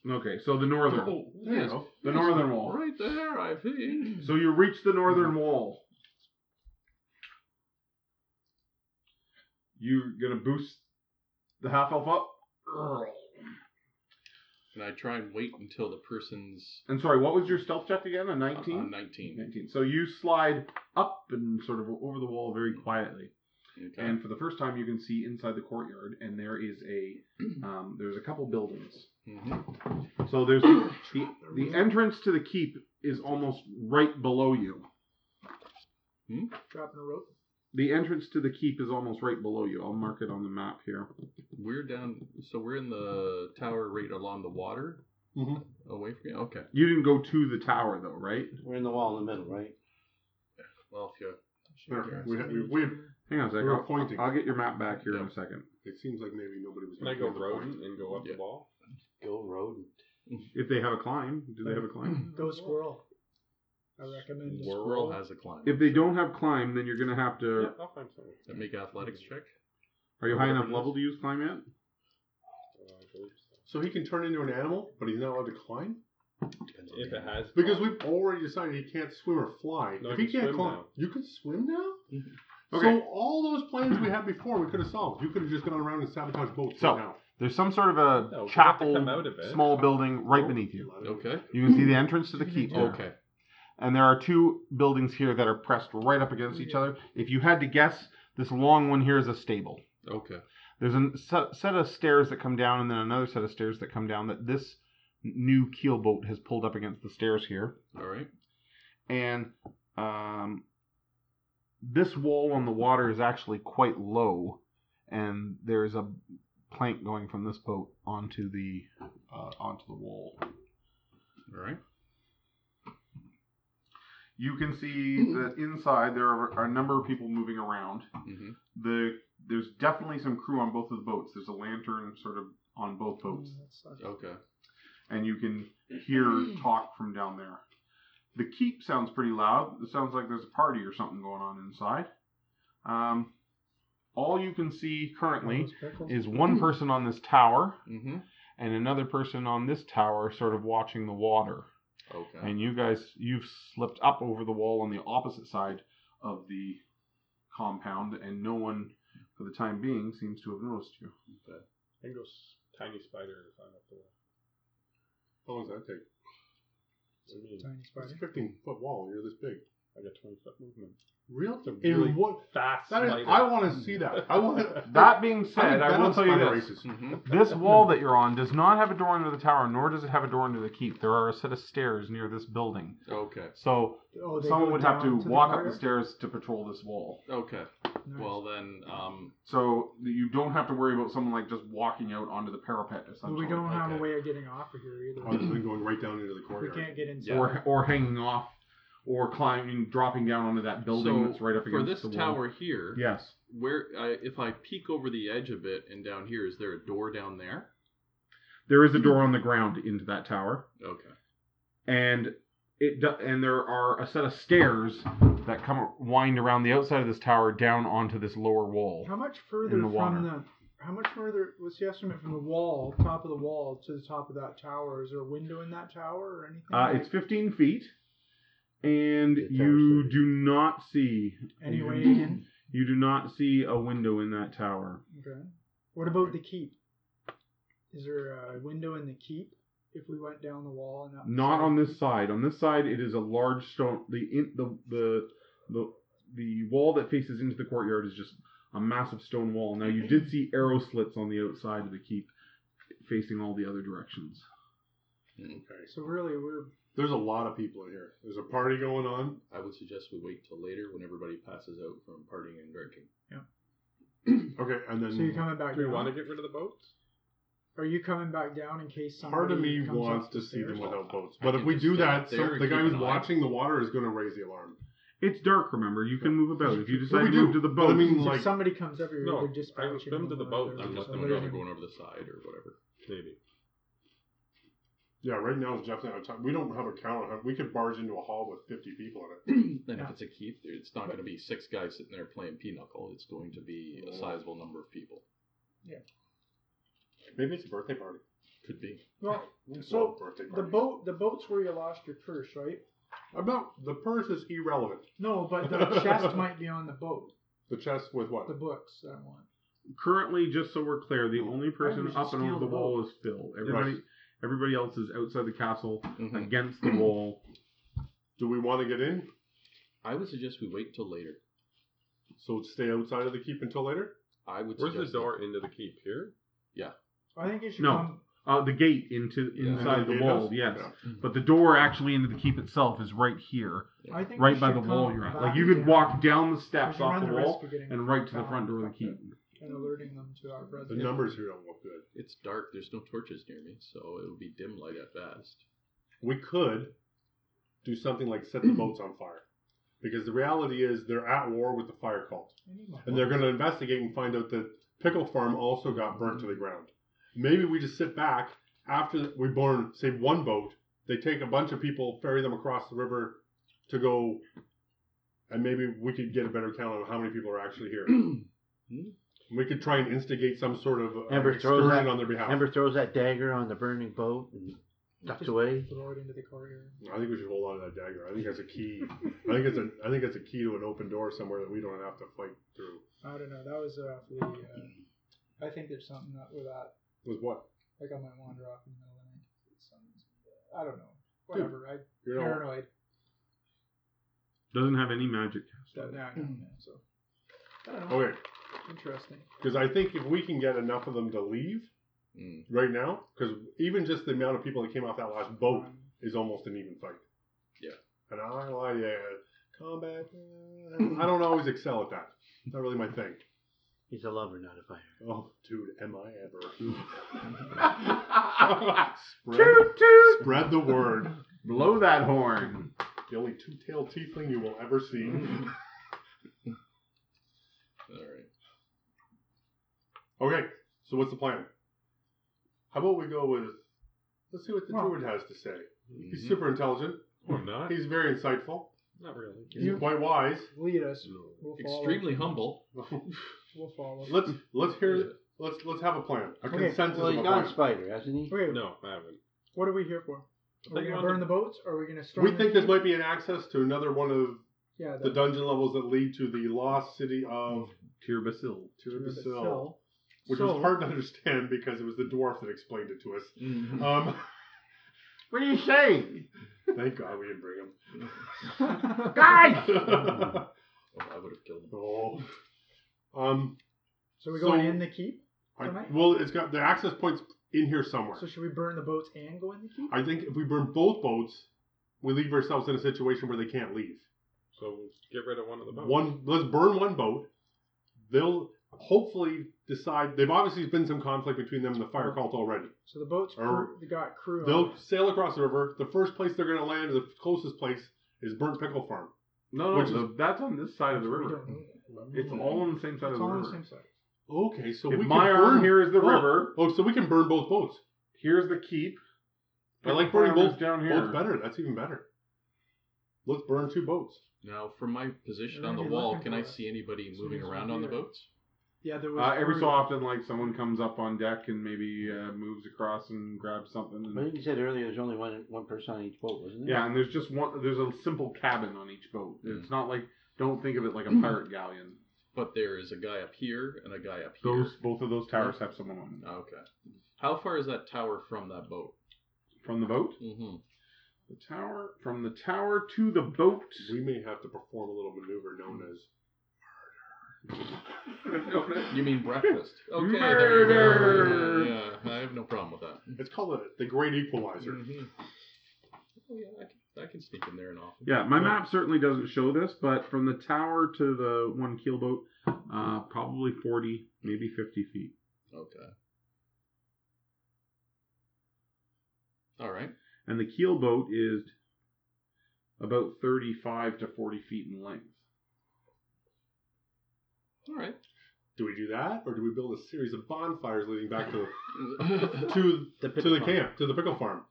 B: Okay, so the northern,
E: Oh, yes.
F: go.
B: the northern wall.
E: Right there, I think.
B: So you reach the northern wall. You're gonna boost the half elf up.
E: And I try and wait until the person's
B: And sorry, what was your stealth check again? A
E: on- on
B: 19?
E: 19.
B: 19. So you slide up and sort of over the wall very quietly.
E: Okay.
B: And for the first time, you can see inside the courtyard, and there is a um, there's a couple buildings.
E: Mhm.
B: So there's the, the entrance to the keep is almost right below you.
D: Dropping a rope.
B: The entrance to the keep is almost right below you. I'll mark it on the map here.
E: We're down, so we're in the tower right along the water,
F: Mhm.
E: away from you. Okay.
B: You didn't go to the tower though, right?
C: We're in the wall in the middle, right?
E: Well, if you
F: There, we- we- we-
B: Hang on a second.
F: We're
B: I'll,
F: pointing.
B: I'll get your map back here in
E: Yeah.
B: a second.
F: It seems like maybe nobody was.
G: Can I go
F: making the point.
G: rodent and go up
E: Yeah.
G: the wall?
C: Go road.
B: If they have a climb, do they have a climb?
D: Go squirrel. I recommend Mm, it.
E: squirrel has a climb,
B: If they don't have climb, then you're gonna have to.
G: Yeah, I'll find something.
E: Does that make athletics check.
B: Are you high enough level to use climb yet?
G: Uh, I believe so.
F: So he can turn into an animal, but he's not allowed to climb
E: Depends on
G: If
E: the
G: it has
F: because we've already decided he can't swim or fly.
G: No,
F: if
G: I
F: he
G: can
F: can't
G: swim
F: climb,
G: now. Mm-hmm.
F: you can swim now.
B: Okay.
F: So all those plans we had before, we could have solved. You could have just gone around and sabotaged boats
B: So,
F: right now.
B: There's some sort of a
G: No, we have to come
B: chapel,
G: out of it.
B: small building right beneath you.
E: Okay.
B: You can see the entrance to the
D: You
B: keep.
D: can do
B: there.
E: Okay.
B: And there are two buildings here that are pressed right up against each other. If you had to guess, this long one here is a stable.
E: Okay.
B: There's a set, set of stairs that come down, and then another set of stairs that come down. That this new keel boat has pulled up against the stairs here,
E: All right.
B: and um, this wall on the water is actually quite low, and there's a plank going from this boat onto the uh, onto the wall.
E: All right.
B: You can see that inside there are, are a number of people moving around.
E: Mm-hmm.
B: the there's definitely some crew on both of the boats. There's a lantern sort of on both boats,
E: Okay.
B: and you can hear talk from down there. The keep sounds pretty loud. It sounds like there's a party or something going on inside. Um, all you can see currently is one person on this tower
E: Mm-hmm.
B: and another person on this tower sort of watching the water.
E: Okay.
B: And you guys, you've slipped up over the wall on the opposite side of the compound, and no one, for the time being, seems to have noticed you.
G: I can go s- tiny spider and climb up the wall.
F: How long does that take?
G: I mean,
D: Tiny
F: It's a
D: spider.
F: 15 foot wall. You're this big.
G: I got 20 foot movement.
F: Really?
G: It's a
F: In
G: really
F: what?
G: fast
F: That is,
G: spider.
F: I want to see that. I want to.
B: That being
F: I
B: said, I will tell you this.
E: Mm-hmm.
B: This wall that you're on does not have a door into the tower, nor does it have a door into the keep. There are a set of stairs near this building.
E: Okay.
B: So
D: Oh, they
B: someone
D: go
B: would have to
D: down the
B: walk up
D: water?
B: the stairs to patrol this wall.
E: Okay.
D: Nice.
E: Well then, um,
B: So you don't have to worry about someone like just walking out onto the parapet
D: But
B: essentially.
D: we don't have a
E: okay.
D: way of getting off of here
F: Other
D: either.
F: than going right down into the
D: we
F: courtyard.
D: can't get inside.
B: or or hanging off or climbing dropping down onto that building
E: so
B: that's right up
E: for
B: against
E: this
B: the wall.
E: tower here,
B: Yes.
E: where I, if I peek over the edge a bit and down here, is there a door down there?
B: There is a door on the ground into that tower
E: Okay.
B: and it do- and there are a set of stairs that come wind around the outside of this tower down onto this lower wall.
D: How much further
B: In the water.
D: from the? How much further? What's the estimate from the wall, top of the wall, to the top of that tower? Is there a window in that tower or anything?
B: Uh, it's 15 feet and
C: The tower's
B: you
C: thirty.
B: do not see
D: anyway in.
B: you do not see a window in that tower.
D: Okay. What about the keep? Is there a window in the keep? If we went down the wall and up. the
B: Not
D: side?
B: on this side. On this side, it is a large stone. The in, the the the the wall that faces into the courtyard is just a massive stone wall. Now you did see arrow slits on the outside of the keep, facing all the other directions.
F: Okay.
D: So really, we're
F: There's a lot of people in here. There's a party going on.
E: I would suggest we wait till later when everybody passes out from partying and drinking.
F: Okay, and then
D: so you're coming back
G: Do we
D: down.
G: want to get rid of the boats?
D: Are you coming back down in case somebody
F: part of me
D: comes up
F: wants
D: the
F: to see them
D: stairs?
F: without boats.
E: I
F: But if
E: can
F: we
E: just
F: do
E: stand
F: that,
E: there
F: so
E: and
F: the guy
E: keep
F: who's
E: an eye.
F: watching the water is going to raise the alarm.
B: It's dark. Remember, you can move about if you
F: But
B: decide to
F: we do.
B: move to the
F: But
B: boat.
F: I mean,
D: If
F: like,
D: somebody comes up, you're
G: No,
D: either
G: I
D: dispatching
G: would swim to the
D: or
G: boat.
D: they're
E: I'm
G: There's
E: just
G: no
E: going
G: door.
E: to go over the side or whatever.
G: Maybe.
F: yeah, right now is definitely out of time. We don't have a count. on it. We could barge into a hall with 50 people in it.
E: And if
D: Yeah.
E: it's a keep, it's not going to be six guys sitting there playing pinochle. It's going to be
G: Oh.
E: a sizable number of people.
F: Maybe it's a birthday party.
E: Could be.
D: Well,
F: Well,
D: so
F: birthday
D: the
F: party.
D: boat, the boat's where you lost your purse, right?
F: About the purse is irrelevant.
D: No, but the chest might be on the boat.
F: The chest with what?
D: The books I want.
B: Currently, just so we're clear, the only person
D: just
B: up and
D: Oh, steal
B: over the
D: the
B: wall is Phil. Everybody,
F: Right.
B: everybody else is outside the castle,
E: Mhm.
B: against the wall.
F: Do we want to get in?
E: I would suggest we wait till later.
F: So stay outside of the keep until later.
E: I would
G: Where's the
E: suggest that.
G: door into the keep? Here?
D: I think you should
B: No.
D: come.
B: Uh, the gate into
E: Yeah.
B: inside
F: And
B: the
F: it
B: wall.
F: is?
B: Yes,
F: Yeah.
B: but the door actually into the keep itself is right here.
D: I think
B: right
D: you
B: by
D: should
B: the
D: come
B: wall you're at.
D: back
B: Like you could
D: down,
B: walk down the
D: 'cause
B: steps
D: you
B: off
D: run
B: the
D: risk
B: wall
D: of getting
B: and right to the
D: found
B: front door of the keep.
D: and alerting them to our presence.
F: The numbers here don't look good.
E: It's dark. There's no torches near me, so it'll be dim light at best.
F: We could do something like set the boats on fire. Because the reality is they're at war with the fire cult. And they're going to investigate and find out that Pickle Farm also got burnt to the ground. Maybe we just sit back after we burn, say, one boat. They take a bunch of people, ferry them across the river to go, and maybe we could get a better count on how many people are actually here. we could try and instigate some sort of uh,
C: Amber throws
F: excursion
C: that-
F: on their behalf.
C: Amber throws that dagger on the burning boat and ducks
D: Just
C: away.
D: Throw it into the corridor.
F: I think we should hold on to that dagger. I think that's a key. I think it's a. I think that's a key to an open door somewhere that we don't have to fight through.
D: I don't know. That was awfully. Uh, I think there's something up with that.
F: With what?
D: Like I might wander off in the middle of the night. Something's- I don't know. Whatever. I
F: You're not-
D: paranoid.
B: Doesn't have any magic.
D: That now I know, man, So I don't know.
F: Okay,
D: Interesting.
F: because I think if we can get enough of them to leave
E: Mm.
F: right now, because even just the amount of people that came off that last boat
D: Um,
F: is almost an even fight.
E: Yeah.
F: And I'm not gonna lie to you, combat. uh, I don't always excel at that. It's not really my thing.
C: He's a lover, not a fighter.
F: Oh, dude, am I ever? spread, spread the word.
B: Blow that horn.
F: The only two-tailed tiefling you will ever see.
E: All right.
F: Okay, so what's the plan? How about we go with? Let's see what the
D: Well-
F: druid has to say. He's
E: Mhm.
F: super intelligent.
G: Or not.
F: He's very insightful.
G: Not really.
F: He's quite wise.
D: Lead us. We'll follow.
E: Extremely humble.
D: We'll follow.
F: let's let's hear. Let's let's have a plan. A consensus
C: Well,
F: of
C: he's
F: a
C: got
F: plan.
C: a spider, hasn't he?
D: Okay,
G: No, I haven't.
D: what are we here for?
G: I
D: Are we
G: think
D: gonna
G: on
D: burn the boats? Or are we gonna storm?
F: We
D: the
F: think this
D: keep?
F: might be an access to another one of
D: Yeah,
F: the dungeon levels that lead to the lost city of
B: Tirbasil.
F: Tirabassil,
D: cell.
F: which
D: Mm. So-
F: was hard to understand because it was the dwarf that explained it to us.
E: Mm-hmm.
G: Uh,
F: Um,
B: What are you saying?
F: thank God we didn't bring him.
D: Ah!
B: Guys!
E: Oh, I would have killed him.
F: oh. Um,
D: So we
F: So-
D: going in the keep?
F: I-
D: Am I-
F: well, it's got the access points in here somewhere.
D: So should we burn the boats and go in the keep?
F: I think if we burn both boats, we leave ourselves in a situation where they can't leave.
G: So we'll get rid of one of the boats.
F: One, let's burn one boat. They'll hopefully decide. They've obviously been some conflict between them and the fire cult already.
D: So the boats
F: Or-
D: crew, they got crew. on
F: They'll
D: it.
F: sail across the river. The first place they're going to land, the closest place, is Burnt Pickle Farm.
B: No, no,
F: Which is-
B: the- that's on this side of the
D: We
B: river.
D: don't know.
B: It's all on the same side
D: Mm-hmm.
B: of
D: It's
B: the
D: all on
B: river.
D: the same side.
F: Okay, so
B: if
F: we
B: my
F: can
B: arm
F: burn
B: here is the
F: Oh.
B: river,
F: Oh, so we can burn both boats.
B: here's the keep.
F: I like
B: Farm
F: burning both-
B: is down here.
F: Boats better. That's even better. Let's burn two boats.
E: Now, from my position
D: We're
E: on the
D: gonna be
E: wall,
D: looking
E: can
D: for
E: I
D: it.
E: see anybody
D: Soon
E: moving
D: as we
E: around on the
D: hear it.
E: boats?
D: Yeah, there was.
B: Uh, every
D: crew.
B: so often, like someone comes up on deck and maybe uh, moves across and grabs something.
C: I
B: And,
C: think you said earlier there's only one one person on each boat, wasn't there?
B: yeah, and there's just one. There's a simple cabin on each boat. It's not like don't think of it like a pirate galleon.
E: But there is a guy up here and a guy up here. Ah,
B: Those both of those towers have someone on them.
E: Okay. How far is that tower from that boat?
B: From the boat,
E: Mm-hmm.
B: the tower from the tower to the boat.
F: We may have to perform a little maneuver known as
E: You mean breakfast? Okay. there you go.
B: Murder!
E: Yeah, I have no problem with that.
F: it's called the, the Great Equalizer.
E: Mhm. Oh yeah, I can, I can sneak in there and off.
B: Yeah, my map certainly doesn't show this, but from the tower to the one keelboat, uh, probably 40, maybe 50 feet.
E: Okay. All right.
B: And the keelboat is about 35 to 40 feet in length.
E: All right.
F: Do we do that, or do we build a series of bonfires leading back to to
C: The
F: to the camp, to the pickle farm?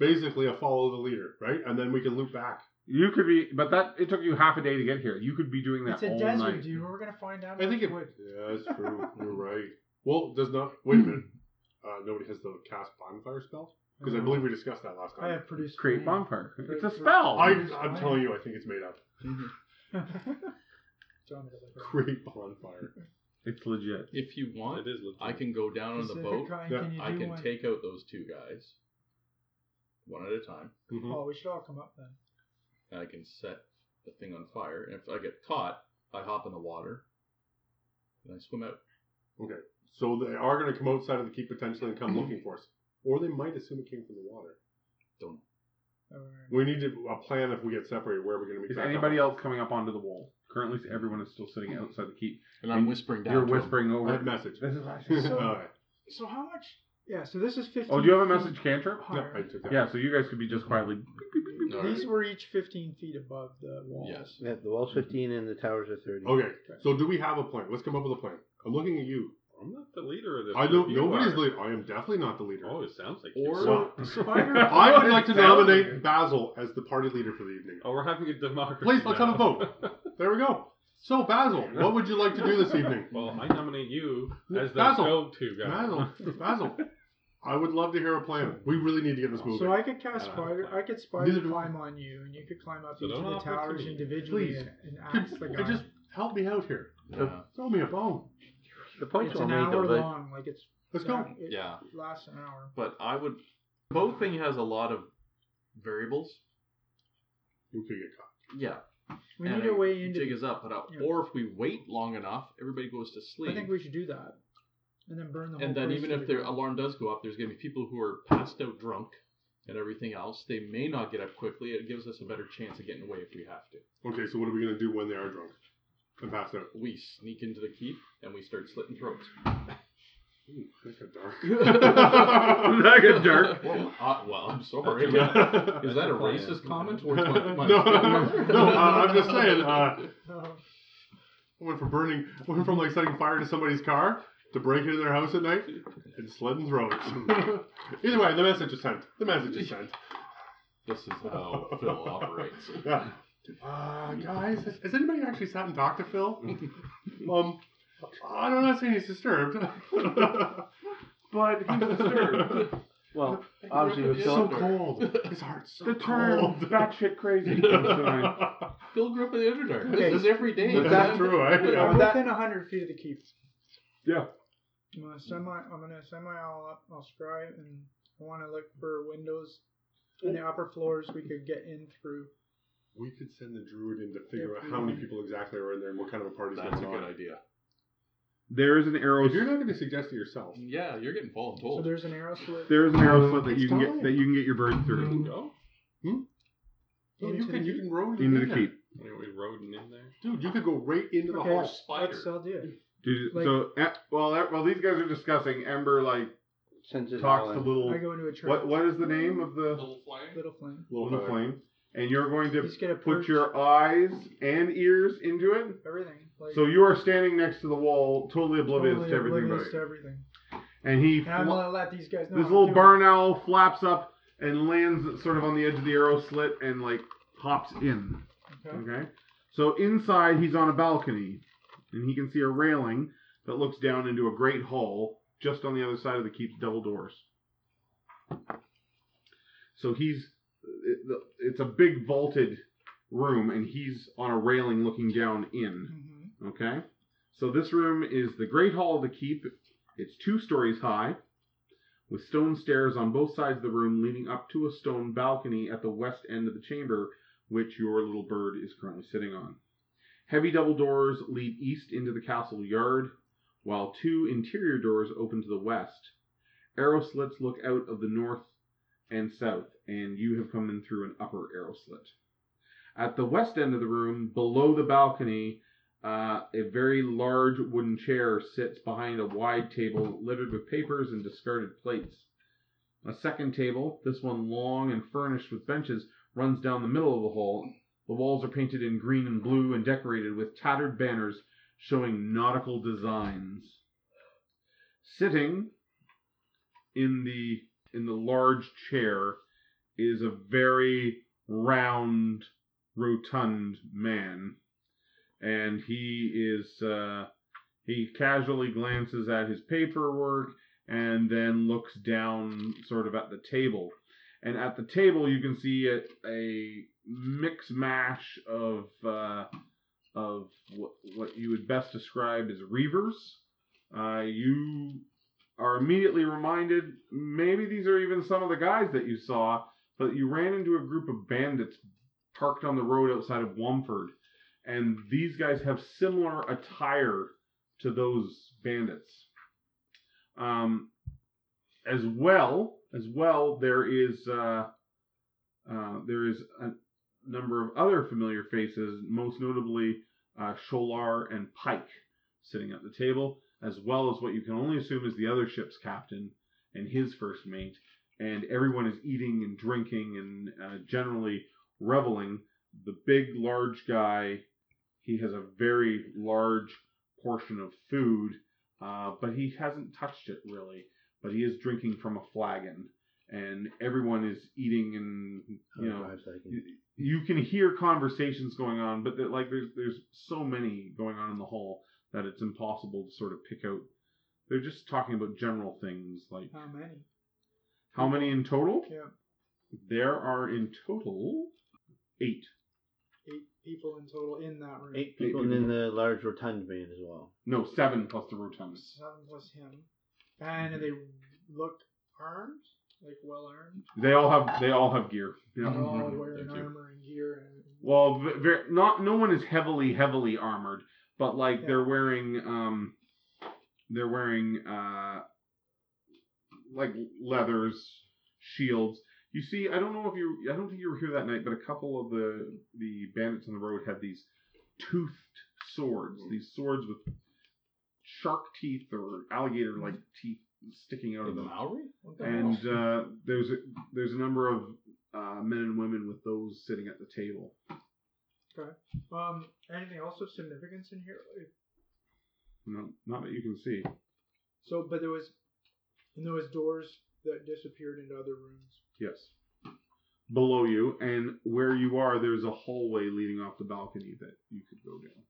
F: Basically, a follow the leader, right? And then we can loop back.
B: You could be, but that it took you half a day to get here. You could be doing that
D: It's a
B: all
D: desert,
B: night.
D: dude. We're gonna find out.
F: I think
D: if
F: it
D: would.
F: Yeah, that's true. You're right. Well, does not. Wait a minute. Uh, nobody has the cast bonfire spell because I believe we discussed that last
D: I
F: time.
D: have produced.
B: Create
D: fire.
B: bonfire.
D: Great
B: It's a
D: for-
B: spell.
F: I, I'm telling you, I think it's made up.
D: Tell me about that.
F: Great bonfire.
B: it's legit.
E: if you want,
G: It is legit.
E: I can go down on the
D: Pacific
E: boat.
D: Kind,
F: Yeah,
D: can you
E: I
D: do
E: can
D: one?
E: take out those two guys, one at a time.
F: Mhm.
D: Oh, we should all come up then.
E: and I can set the thing on fire. And if I get caught, I hop in the water and I swim out.
F: So they are going to come outside of the keep potentially and come looking for us, or they might assume it came from the water.
E: Don't
D: Or-
F: We need to, a plan if we get separated. Where are we going to meet?
B: Is
F: back up?
B: anybody else coming up onto the wall? Currently, everyone is still sitting outside the keep.
E: And
B: And
E: I'm whispering down.
B: You're
E: to him.
B: whispering
F: I have
B: over.
F: message. Uh,
B: This is what I
D: So-
B: said.
F: All right.
D: So how much Yeah, so this is 15
F: Oh, do you have a
D: feet
F: message cantrip?
D: higher.
H: I took that.
F: Yeah, so you guys could be just quietly.
E: No.
D: These were each 15 feet above the wall.
E: Yes.
C: Yeah, the wall's 15 and the towers are 30.
H: Okay. So do we have a plan? Let's come up with a plan. I'm looking at you.
B: I'm not the leader of this.
H: I
B: group.
H: don't.
B: You
H: Nobody's
D: uh,
B: are.
H: leader. I am definitely not the leader.
B: Oh, it sounds like.
E: Or-
B: you.
H: Well,
D: Spider-
H: I would like to
B: It sounds
H: nominate
B: like-
H: Basil as the party leader for the evening.
B: Oh, we're having a democracy.
H: Please, let's
B: now.
H: have a vote. There we go. So Basil, what would you like to do this evening?
B: well, I nominate you as the
H: Basil.
B: go-to guy.
H: Basil, Basil, I would love to hear a plan. We really need to get this moving.
D: So I could cast
B: I don't
D: spider.
B: have a
D: I could spider
H: Neither do I.
D: climb on you, and you could climb up
B: So
D: each
B: don't
D: of
B: offer
D: the
B: it to
D: towers
B: me.
D: individually
H: Please.
D: and, and axe the
H: Could,
D: guy.
H: could just help me out here.
E: Yeah.
H: Throw me a bone.
C: The points
D: it's
C: were
D: an
C: made,
D: hour
C: though. They,
D: long. Like it's
H: Let's go.
D: It
E: Yeah.
D: lasts an hour.
E: But I would. Bow thing has a lot of variables.
H: You could get caught.
E: Yeah.
D: We
E: and
D: need a way
E: Jig
D: into.
E: is up, but up.
D: yeah.
E: Or if we wait long enough, everybody goes to sleep.
D: I think we should do that, and then burn the whole.
E: and then
D: place
E: even
D: to
E: if their
D: ground.
E: alarm does go up, there's going to be people who are passed out drunk and everything else. They may not get up quickly. It gives us a better chance of getting away if we have to.
H: Okay, so what are we gonna do when they are drunk and passed out?
E: We sneak into the keep and we start slitting throats.
H: Ooh, that got dark.
F: that got dark.
E: Uh, well, I'm sorry. Is
H: no,
E: that a racist comment towards my, my
H: No.
E: family?
H: No, uh, I'm just saying, uh,
D: No.
H: went from burning, went from like setting fire to somebody's car to breaking into their house at night and sledding throats. Either way, the message is sent. The message is sent.
E: This is how Phil operates.
H: Yeah. Uh, guys, has, has anybody actually sat and talked to Phil? um, I don't know. Saying he's disturbed.
F: But he's disturbed.
C: well, obviously, with
H: it's
C: Phil,
H: so cold. His heart's so
F: The term
H: cold.
F: batshit crazy comes to mind.
E: Phil grew up in the Underdark.
D: Okay.
E: This is every day.
D: But
H: That's
E: man.
H: true, right?
D: We're
H: Yeah.
D: within hundred feet of the keep.
F: Yeah.
D: I'm gonna send my I'm gonna send my all up. I'll scry and I want to look for windows in the upper floors we could get in through.
H: We could send the druid in to figure
D: If
H: out
D: we
H: how many
D: want.
H: people exactly are in there and what kind of a party's
E: That's a
H: going
E: good
H: on.
E: idea.
F: There is an arrow.
H: If you're not going to suggest it yourself,
E: Yeah, you're getting
D: So
E: voluntold.
D: there's an arrow slit.
F: There is an arrow slit that
H: It's
F: you can
H: time.
F: get that you can get your bird through
B: Go.
H: No, you
D: Into
H: can
D: the-
H: you can roll
F: into
H: in
F: the
H: there.
F: keep.
B: What are we roding in there?
H: dude. You could go right into the
D: Okay.
H: hall.
E: Spider.
D: Let's all do it.
F: Dude,
D: Like-
F: so eh, while eh, while these guys are discussing, Ember like
C: sends it all
F: talks to
C: in.
D: I
F: little.
D: go into a trap.
F: What what is the name of the
E: Little flame.
D: Little flame.
F: little flame? And you're going to
D: He's gonna
F: put
D: perch
F: your eyes and ears into it.
D: everything. Like,
F: So you are standing next to the wall, totally oblivious
D: totally
F: to everything
D: oblivious
F: about
D: to
F: you.
D: everything.
F: And he,
D: And I'm
F: fl-
D: gonna let these guys know.
F: this
D: I'm
F: little
D: doing
F: barn owl flaps up and lands sort of on the edge of the arrow slit and like hops in.
D: it, okay?
F: Okay. So inside, he's on a balcony, and he can see a railing that looks down into a great hall just on the other side of the keep's double doors. So he's it, it's a big vaulted room, and he's on a railing looking down in.
D: Mhm.
F: Okay. So this room is the Great Hall of the Keep. It's two stories high, with stone stairs on both sides of the room leading up to a stone balcony at the west end of the chamber, which your little bird is currently sitting on. Heavy double doors lead east into the castle yard, while two interior doors open to the west. Arrow slits look out of the north and south, and you have come in through an upper arrow slit. At the west end of the room, below the balcony, uh, a very large wooden chair sits behind a wide table littered with papers and discarded plates. A second table, this one long and furnished with benches, runs down the middle of the hall. The walls are painted in green and blue and decorated with tattered banners showing nautical designs. Sitting in the in the large chair is a very round, rotund man and he is uh, he casually glances at his paperwork and then looks down sort of at the table and at the table you can see a, a mix mash of uh, of what, what you would best describe as reavers uh, you are immediately reminded maybe these are even some of the guys that you saw but you ran into a group of bandits parked on the road outside of Wamford and these guys have similar attire to those bandits. Um, as well as well, there is uh, uh, there is a number of other familiar faces, most notably uh, Sholar and Pike, sitting at the table, as well as what you can only assume is the other ship's captain and his first mate, and everyone is eating and drinking and uh, generally reveling. The big, large guy, he has a very large portion of food, uh, but he hasn't touched it really. But he is drinking from a flagon, and everyone is eating and you know
C: High fives, I can-
F: you can hear conversations going on, but that like there's there's so many going on in the hall that it's impossible to sort of pick out. They're just talking about general things like
D: How many?
F: how many in total.
D: Yeah.
F: There are in total eight.
D: Eight people in total in that room.
C: Eight people, and then the large rotund man as well.
F: No, seven plus the rotundas.
D: Seven plus him. And they look armed, like well armed.
F: They all have they all have gear. Yeah.
D: They all
E: mhm,
D: wearing
E: thank you.
D: armor and gear. And
F: Well, ve- ver- not no one is heavily heavily armored, but like they're wearing um they're wearing uh like leathers, shields. You see, I don't know if you I don't think you were here that night, but a couple of the the bandits on the road had these toothed swords, these swords with shark teeth or alligator like teeth sticking out of
E: The
F: them
E: Maori? What the
F: and
E: hell?
F: uh, there's a, there's a number of uh, men and women with those sitting at the table.
D: um, anything else of significance in here? Like,
F: No, not that you can see.
D: So, but there was, and there was doors that disappeared into other rooms.
F: Yes, below you and where you are, there's a hallway leading off the balcony that you could go down.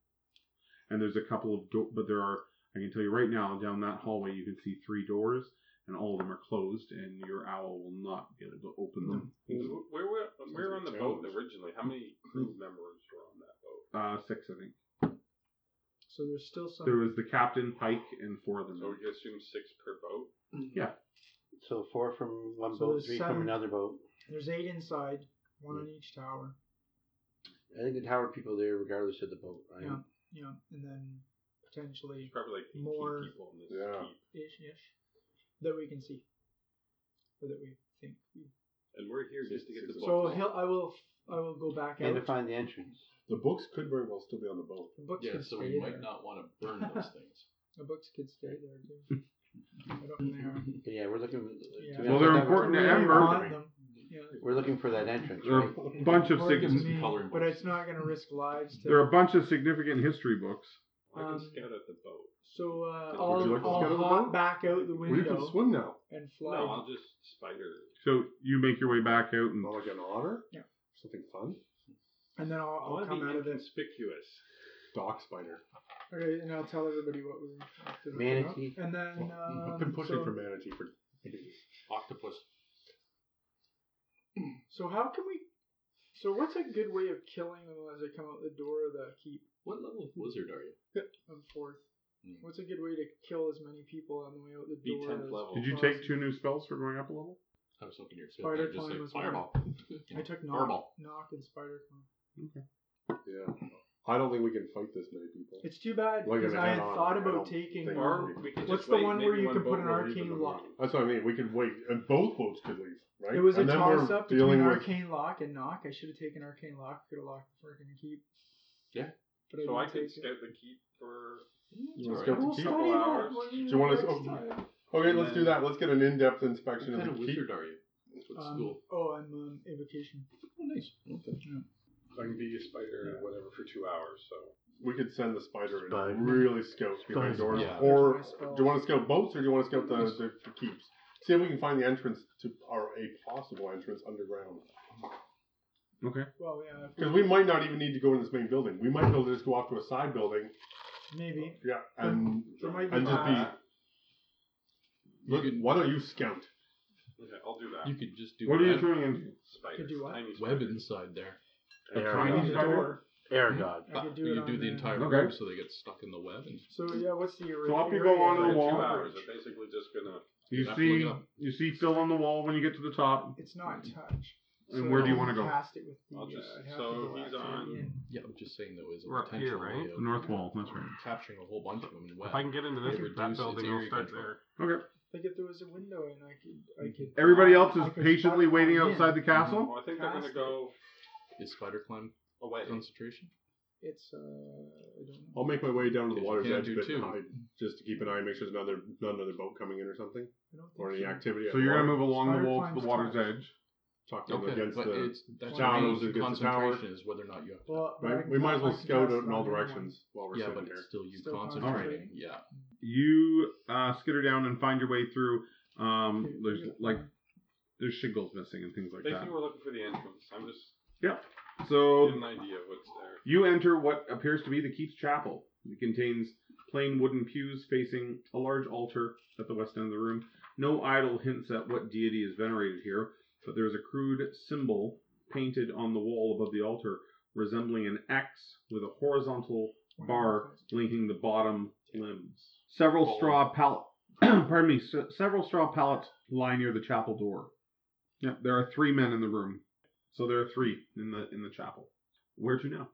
F: And there's a couple of do- but there are I can tell you right now down that hallway you can see three doors and all of them are closed and your owl will not be able to open them.
D: Hmm.
B: Wh- Where were we were on
I: like a
B: the boat
I: challenge.
B: originally? How many crew members were on that boat?
F: Uh, six, I think.
D: So there's still some.
F: There was the captain, Pike, and four of them.
B: So we could assume six per boat.
C: So four from one
D: So
C: boat,
D: there's
C: three
D: seven.
C: from another boat.
D: There's eight inside, one on each tower.
C: I think the tower people there, regardless of the boat, right?
D: Yeah. You know, and then potentially
B: There's probably like 18
D: More-
B: people in this
I: Yeah.
B: keep.
D: ish ish that we can see, or that we think. we-
B: And we're here just to get the
I: Six-
B: boat.
D: So he'll, I will, I will go back
C: And to
D: out.
C: find the entrance.
I: The books could very well still be on the boat.
D: The books
E: yeah,
D: could
E: so
D: stay
E: we
D: there.
E: might not want to burn those things.
D: The books could stay there too. I don't know. They are.
C: But yeah, we're looking.
D: Yeah.
C: to be
F: Well,
C: honest,
F: they're
C: that-
F: important to
D: Really
F: Amber.
D: want them. Yeah.
C: We're looking for that entrance,
F: There are
C: right?
F: a bunch of
D: Important
E: give
F: sig-
E: some
D: to me,
E: coloring
D: but
E: books.
D: it's not going to risk lives. To,
F: there are a bunch of significant history books.
B: I can
D: um,
B: scout out the boat.
D: so
B: Would
D: uh, I'll,
F: you like to
D: I'll
I: scout the
D: hop
I: boat?
D: back out the
I: We can
D: window
I: swim now.
D: and fly.
B: No, I'll just spider.
F: So you make your way back out and
I: Not like an otter.
D: Yeah.
I: Something fun.
D: and then
B: I
D: I'll, I'll
B: want to
D: come
B: be
D: out of this.
B: inconspicuous.
I: Dock spider.
D: Okay, and I'll tell everybody what we're after that.
C: Manatee.
D: And then um,
I: I've been pushing
D: so,
I: for manatee for days.
E: Octopus.
D: So how can we? So what's a good way of killing them as they come out the door of the keep?
E: What level of wizard are you?
D: I'm fourth.
E: Hmm.
D: What's a good way to kill as many people on the way out the
B: Be
D: door?
B: 10th
D: as-
B: level.
F: Did you take two new spells for going up a level?
E: I was hoping you were
D: Spider
E: going to just
D: climb
E: say
D: was
E: fireball.
D: I took knock,
E: Fireball.
D: knock, and spider climb.
I: Yeah. I don't think we can fight this many people.
D: It's too bad
I: We're
D: because
I: gonna
D: I
I: head
D: had
I: on.
D: thought
I: I
D: about
I: don't
D: taking.
I: think-
D: um,
B: Or we could
D: What's
B: just
D: the
B: wait,
D: one where
B: maybe
D: you can
B: boat
D: put an
B: will leave in
D: arcane
B: the
D: lock?
B: morning.
I: That's what I mean. We could wait, and both boats could leave, right?
D: It was a
I: And then we're
D: toss up
I: dealing
D: between
I: with-
D: arcane lock and knock. I should have taken arcane lock. Could have locked the freaking keep.
E: Yeah.
D: But I
B: So I
D: didn't
B: could
D: take it.
B: scout the keep for
E: It's
I: Let's
E: all
I: go.
E: right.
D: We'll
I: keep.
D: study
B: Couple
D: that
B: hours.
D: when
I: Do you
D: we
I: want
D: go
I: us-
D: next
I: oh,
D: time.
I: Okay,
E: And
I: let's do
E: then-
I: that. Let's get an in-depth
E: What
I: inspection
E: kind
I: of
E: of
I: the keep.
E: wizard are you? What
D: Um,
E: school?
D: Oh, I'm um, invocation.
E: Oh, nice.
B: I can be a spider or whatever for two hours. So
I: We could send the spider
C: Spider.
I: and really scout behind
C: Spider.
I: doors.
E: Yeah.
I: Or
D: There's my spell.
I: do you want to scout boats or do you want to scout the, the, the keeps? See if we can find the entrance to or a possible entrance underground.
D: Well, yeah,
I: Because we might not even need to go in this main building. We might be able to just go off to a side building.
D: maybe.
I: Yeah, and
D: There might be
I: and just be.
B: that.
E: You
I: Look,
E: could-
I: why don't you scout?
B: okay, I'll do that.
E: You could just do
F: What are you
E: web-
F: turning into?
B: Spider.
D: Could do what?
B: Tiny
E: web
B: spider.
E: inside there.
F: A
C: Yeah.
F: tiny
D: The
F: spider?
D: door.
C: Air god.
D: I
E: But
D: could do
E: you
D: it
E: do
D: on
E: the entire
F: Okay.
E: room so they get stuck in the web. And
D: So yeah, what's the area?
F: So up you go
B: For
F: onto the
B: two
F: wall.
B: hours, I'm basically just gonna.
F: You
E: You'd have to
F: see,
E: look it up.
F: you see Phil on the wall when you get to the top.
D: It's not touch.
F: Mm-hmm. And where do you
D: I
F: wanna go?
D: Cast it with the,
B: I'll just-
D: uh, I'd have
B: so
D: to go
B: he's
D: after
B: on-
D: the end.
E: yeah, I'm just saying though is a
B: We're up here,
E: potential
B: right?
E: way of
F: The north wall, that's right.
E: capturing a whole bunch of them in web.
B: If I can get into this
E: It
B: that
E: reduces
B: building,
E: area
B: I'll start
E: control.
B: there.
F: Okay.
D: Like if there was a window and I could, I could.
F: Mm-hmm. Everybody else is
D: I could
F: patiently
D: spider
F: waiting
D: climb in.
F: outside the castle.
B: Well, I think I'm gonna
D: Fantastic.
B: go
E: Is spider climb
B: away.
E: concentration?
D: It's uh, I don't know.
F: I'll make my way down to the
E: Yes, you
F: water's
E: can
F: edge
E: do
F: a bit
E: too.
F: high, just to keep an eye and make sure there's another not another boat coming in or something
D: I don't think
F: or any
D: so.
F: activity. at
B: So
F: the
B: you're gonna
F: water.
B: move along the
D: Spider
B: wall to the
D: climbs
B: water's
D: twice.
B: edge.
F: Talk to them
E: Okay,
F: against
E: but
F: the.
E: it's that's
D: tower,
E: your main
F: those against the
E: concentration is whether or not you have.
D: Well, but I
F: Right?
D: can
F: We might as
D: cast
F: well
D: my
F: scout
D: cast
F: out in all
D: on anyone.
F: directions while we're
E: yeah,
F: sitting
E: but
F: here.
E: it's still you
D: Still
E: concentrating.
D: concentrating.
E: Yeah.
B: You uh, skitter down and find your way through. Um,
D: Okay,
B: there's
D: we got
B: like
D: one.
B: there's shingles missing and things like
G: Basically,
B: that.
G: we're looking for the entrance. I'm just
B: So
G: getting an idea of what's there.
B: You enter what appears to be the Keats Chapel. It contains plain wooden pews facing a large altar at the west end of the room. No idle hints at what deity is venerated here, but there is a crude symbol painted on the wall above the altar, resembling an X with a horizontal bar linking the bottom limbs. Several straw pallet, pardon me, se- several straw pallets lie near the chapel door. Yep, there are three men in the room, so there are three in the in the chapel. Where to now?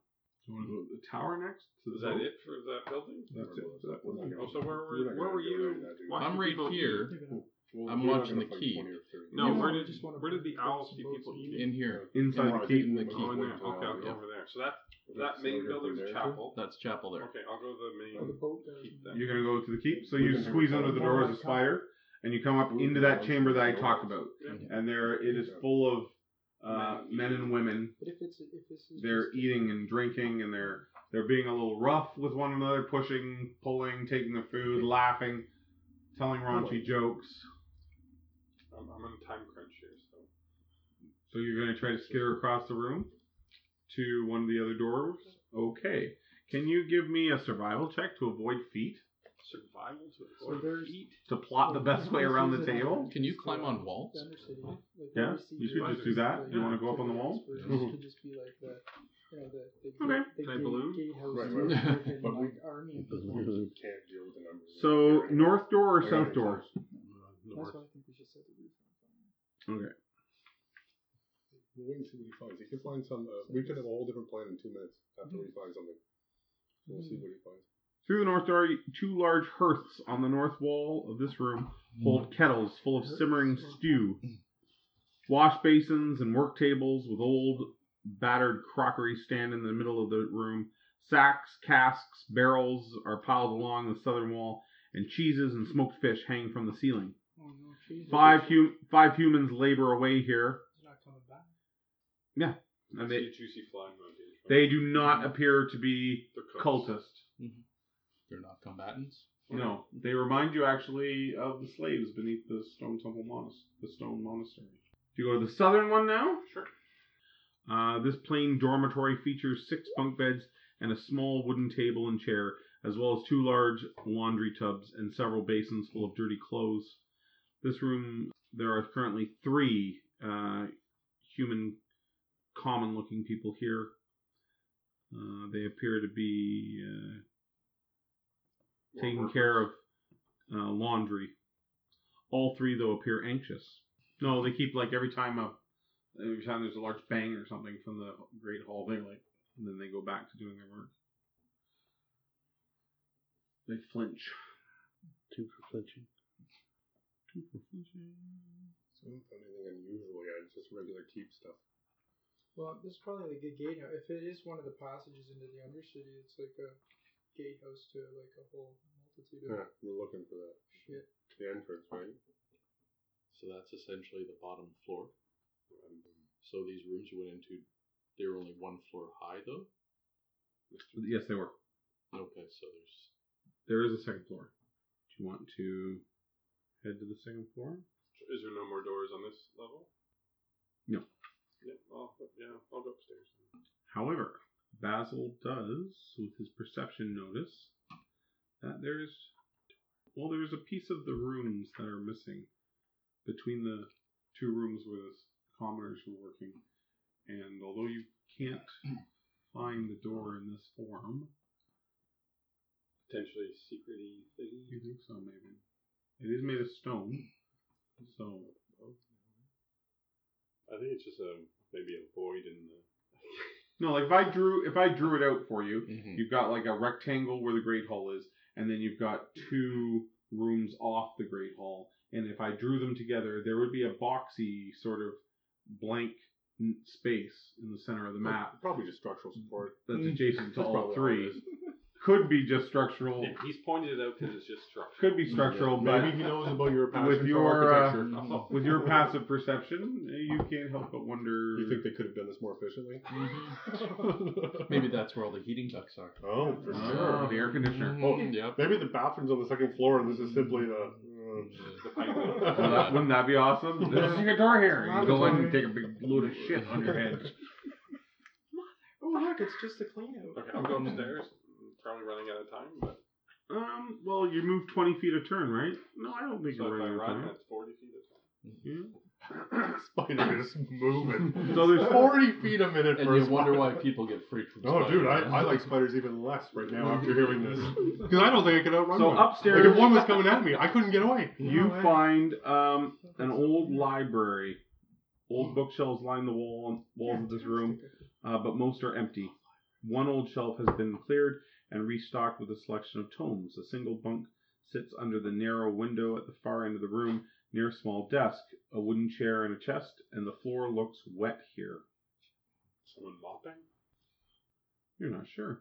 B: Do you want to go to the tower next? To the
G: Is that
B: boat?
G: it for that building?
B: That's it. That was-
F: We're not
G: Oh,
F: gonna-
G: so where
F: we're not gonna
G: were, where were
F: go
G: you?
F: around that, dude.
G: watching
E: I'm right
G: people eat?
E: here
D: Look at that.
F: Well,
E: I'm
F: we're not
E: watching the
F: gonna find
E: key.
F: 20 or 30.
G: No,
D: You
G: where
D: want-
G: did
D: just wanna
G: where did
D: bring
G: the
D: the
G: owls see
D: boats
G: people
D: and
G: eating?
E: in here.
B: Inside
F: Yeah, I
B: the keep.
F: think we
E: the
F: might
E: key.
G: Oh, in
F: go
G: there.
F: to, uh,
G: Okay, I'll go
F: yeah.
G: over there. So that
F: Okay,
G: that
F: so
G: main
F: we're gonna go
G: building's
F: there.
G: chapel.
E: Oh, That's chapel there.
G: Okay, I'll go to the
D: Oh, the
G: main.
D: boat there.
G: keep then.
B: You're gonna go to the keep. So you squeeze under the door as a spider, and you come up into that chamber that I talked about.
G: Yeah.
B: And there, it is full of uh, men and women.
D: But if it's if this is
B: They're
D: just-
B: eating and drinking, and they're they're being a little rough with one another, pushing, pulling, taking the food, laughing, telling raunchy jokes.
G: I'm, I'm on a time crunch here, so
B: So you're gonna try to skitter across the room to one of the other doors. Okay. Can you give me a survival check to avoid feet?
G: survival to
D: So
G: avoid
D: there's-
G: heat.
B: to plot the best way around the table.
E: Can you climb on walls?
D: Undercity, like,
B: Yeah,
D: every
B: you
D: city
B: could
D: has
B: just do that.
D: like
B: You wanna go up on the wall?
D: experts
B: Mhm.
D: could just be like the, you know, the, the,
B: Okay.
D: the
G: Can I balloon?
D: gatehouse
F: Right,
D: with
E: right, right.
D: freaking,
F: But we-
D: like, army of people.
C: Mhm.
F: We can't deal with the numbers.
B: So
F: We're-
B: north door or
F: Okay.
B: south door?
D: That's
G: North.
D: why I think we should set the roof on
F: We'll wait and see what he finds. He could find some. Uh, we could have a whole different plan in two minutes after we find something. We'll see what he finds.
B: Through the north door, two large hearths on the north wall of this room hold kettles full of simmering stew, wash basins and work tables with old battered crockery stand in the middle of the room. Sacks, casks, barrels are piled along the southern wall, and cheeses and smoked fish hang from the ceiling.
D: Oh no, trees are
B: Five
D: just-
B: hum- five humans labor away here,
D: it's not coming back.
G: I
B: and they
G: see a juicy fly in my cage.
B: they do not appear to be
G: They're cooks.
B: cultists.
E: They're not combatants.
B: No, they remind you actually of the slaves beneath the stone temple monas- the stone monastery. Do you go to the southern one now?
G: Sure.
B: Uh, this plain dormitory features six bunk beds and a small wooden table and chair, as well as two large laundry tubs and several basins full of dirty clothes. This room, there are currently three uh, human, common looking people here. Uh, they appear to be uh,
G: Or
B: taking
G: workers.
B: care of uh, laundry. All three, though, appear anxious. No, they keep like every time a every time there's a large bang or something from the great hall, they like, and then they go back to doing their work. They flinch.
C: Two for flinching.
F: So I don't find anything unusual yet. It's just regular keep stuff.
D: Well, this is probably like a gatehouse. If it is one of the passages into the undercity, it's like a gatehouse to like a whole multitude of
F: Yeah, we're looking for that.
D: shit.
F: The entrance, right?
E: So that's essentially the bottom floor. So these rooms you went into, they were only one floor high though.
B: Yes, they were.
E: Okay, so there's
B: There is a second floor. Do you want to head to the second floor?
G: Is there no more doors on this level?
B: No.
G: Yeah, I'll, yeah, I'll go upstairs.
B: However, Basil does, with his perception, notice that there's well, there's a piece of the rooms that are missing between the two rooms where the commoners were working. And although you can't find the door in this form,
G: Potentially secrety thing.
B: you think so maybe? It is made of stone, so
G: I think it's just a maybe a void in the.
B: no. Like if I drew if I drew it out for you,
E: Mhm.
B: You've got like a rectangle where the Great Hall is, and then you've got two rooms off the Great Hall. And if I drew them together, there would be a boxy sort of blank n- space in the center of the map
F: Probably just structural support.
B: that's adjacent to
F: Hmm. That's
B: all
F: probably all
B: three
F: it is.
B: could be just structural,
G: Yeah, he's pointed it out because it's just structure.
B: could be structural, but
F: Maybe he knows about your passion
B: with
F: for
B: your, uh,
F: architecture.
B: with your passive perception, you can't help but wonder.
F: You think they could have done this more efficiently?
B: Mm-hmm.
E: Maybe that's where all the heating ducts are.
F: Oh, for
B: Ah,
F: sure.
B: the air conditioner.
E: Oh, yep.
F: Maybe the bathroom's on the second floor, and this is simply a. Uh,
G: The pipe.
B: Well, that- wouldn't that be awesome? This is your door here. You go in and take a big load of shit on your head.
D: Oh look, it's just a clean out.
G: Okay, I'll go upstairs. Probably running out of time, but
B: Um, well, you move 20 feet a turn, right? No, I don't think
G: so
B: you're
G: if I
B: running out of
G: run,
B: time.
G: that's 40 feet of time.
F: Spider is moving.
B: So there's-
F: forty feet a minute.
E: And
F: for a
E: you wonder why
F: spider.
E: people get freaked from
F: Oh, dude, I,
E: Spider-Man.
F: I like spiders even less right now after hearing this because I don't think I could outrun
B: So
F: one.
B: upstairs-
F: like if one was coming at me, I couldn't get away.
B: You
D: No way.
B: find um, an old library. Old bookshelves line the wall walls of this room, uh, but most are empty. One old shelf has been cleared and restocked with a selection of tomes. A single bunk sits under the narrow window at the far end of the room, near a small desk, a wooden chair, and a chest. And the floor looks wet here.
G: Someone mopping?
B: You're not sure.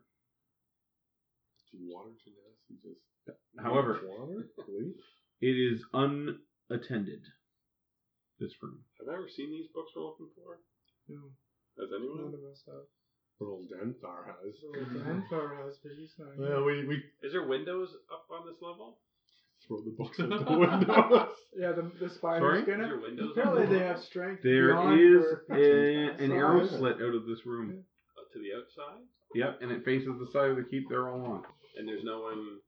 F: Water to this, you just
B: However,
F: water, please.
B: it is unattended. This room.
G: Have I ever seen these books we're looking for?
D: No,
G: Has
D: none
G: anyone?
D: of us have.
F: Little Denthar has.
D: Manpower has, but he's not.
F: Well, we we
G: Is there windows up on this level?
F: throw the books out the windows.
D: Yeah, the, the spider's
B: Sorry?
G: Is
D: gonna.
G: there windows? on
D: Apparently
G: the
D: they
G: wall?
D: have strength.
B: There
D: beyond
B: is
D: your-
B: a, an arrow
F: Sorry.
B: slit out of this room.
G: Uh, to the outside,
B: Yep, and it faces the side of the keep they're all on.
G: and there's no one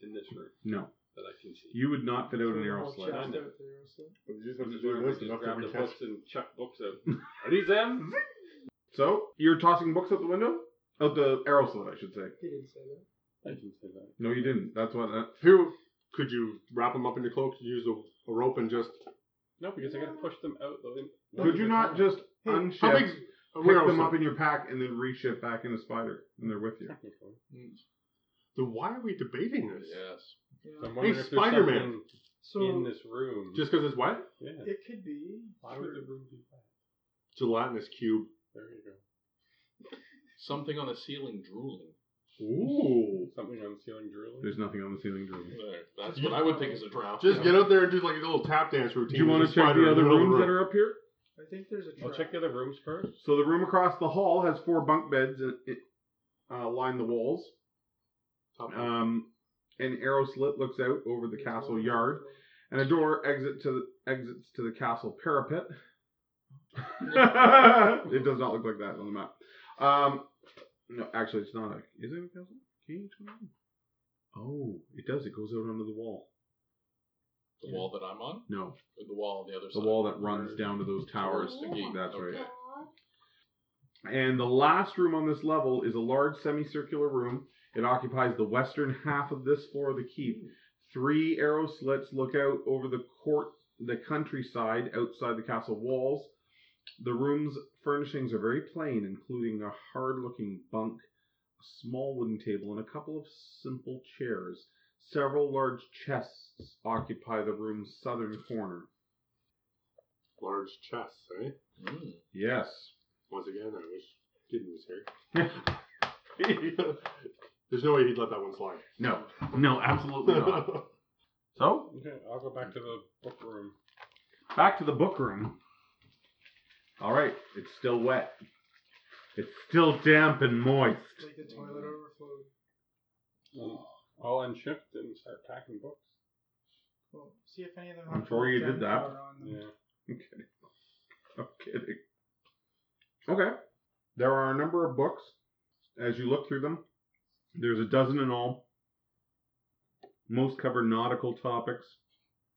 G: in this room
B: No,
G: that I can see.
B: you would not fit out an
D: Sort of
B: arrow
D: all
B: slit.
D: chest
G: I know.
D: out there, so.
F: But you just have
G: I'm
F: to
G: just
F: do
G: wondering if
F: this
G: I
F: enough
G: just
F: to
G: grab the
F: catch.
G: books and chuck books out. Are these them?
B: So you're tossing books out the window? Out the arrow slit, I should say.
D: He didn't say that.
G: I can say that.
B: No, you didn't. That's what. Uh,
F: Who could you wrap them up in your cloak? You use a, a rope and just.
G: No, because I gotta push them out. Though.
B: could you not just unshift,
F: How big?
B: pick them up in your pack, and then reshift back into spider, and they're with you?
F: Then why are we debating this?
E: Yes.
D: Yeah.
G: I'm wondering
F: Hey,
G: if there's
F: Spider-Man.
G: something
D: So
G: in this room.
F: Just because it's wet?
G: yeah.
D: it could be.
G: Why would the room be wet?
F: Gelatinous cube.
G: There you go.
E: Something on the ceiling drooling.
F: Ooh.
G: Something on the ceiling drilling.
B: There's nothing on the ceiling drilling.
E: That's what I would think is a drown.
F: Just get out there and do like a little tap dance routine.
B: Do you want
F: There's
B: to
F: a
B: check
F: spider
B: the
F: in
B: other
F: middle of
B: rooms
F: the
B: that are up here?
D: I think there's a trap.
G: I'll check the other rooms first.
B: So the room across the hall has four bunk beds and it, uh, line the walls.
F: Top one.
B: Um, an arrow slit looks out over the castle yard, and a door exit to the, exits to the castle parapet. it does not look like that on the map. Um, no, actually, it's not. A, is it a castle? Can you tell me? Oh, it does. It goes out onto the wall.
E: The wall that I'm on?
B: No,
E: Or the wall on the other
B: the
E: side?
B: wall that runs down to those towers.
E: Towards the gate.
B: That's
E: Okay.
B: right. And the last room on this level is a large semicircular room. It occupies the western half of this floor of the keep. Three arrow slits look out over the court, the countryside outside the castle walls. The room's furnishings are very plain, including a hard-looking bunk, a small wooden table, and a couple of simple chairs. Several large chests occupy the room's southern corner.
F: Large chest, eh?
E: Mm.
B: Yes.
F: Once again, I wish Kidney was here. There's no way he'd let that one slide.
B: No. No, absolutely not. So,
G: Okay, I'll go back to the book room.
B: Back to the book room. All right, it's still wet. It's still damp and moist.
D: Like the toilet overflowed.
G: Um, I'll unshift and start packing books.
D: Well, see if any of them. have
B: Before you did that.
D: Denthar on them.
G: Yeah.
B: I'm kidding. Okay. There are a number of books. As you look through them, there's a dozen in all. Most cover nautical topics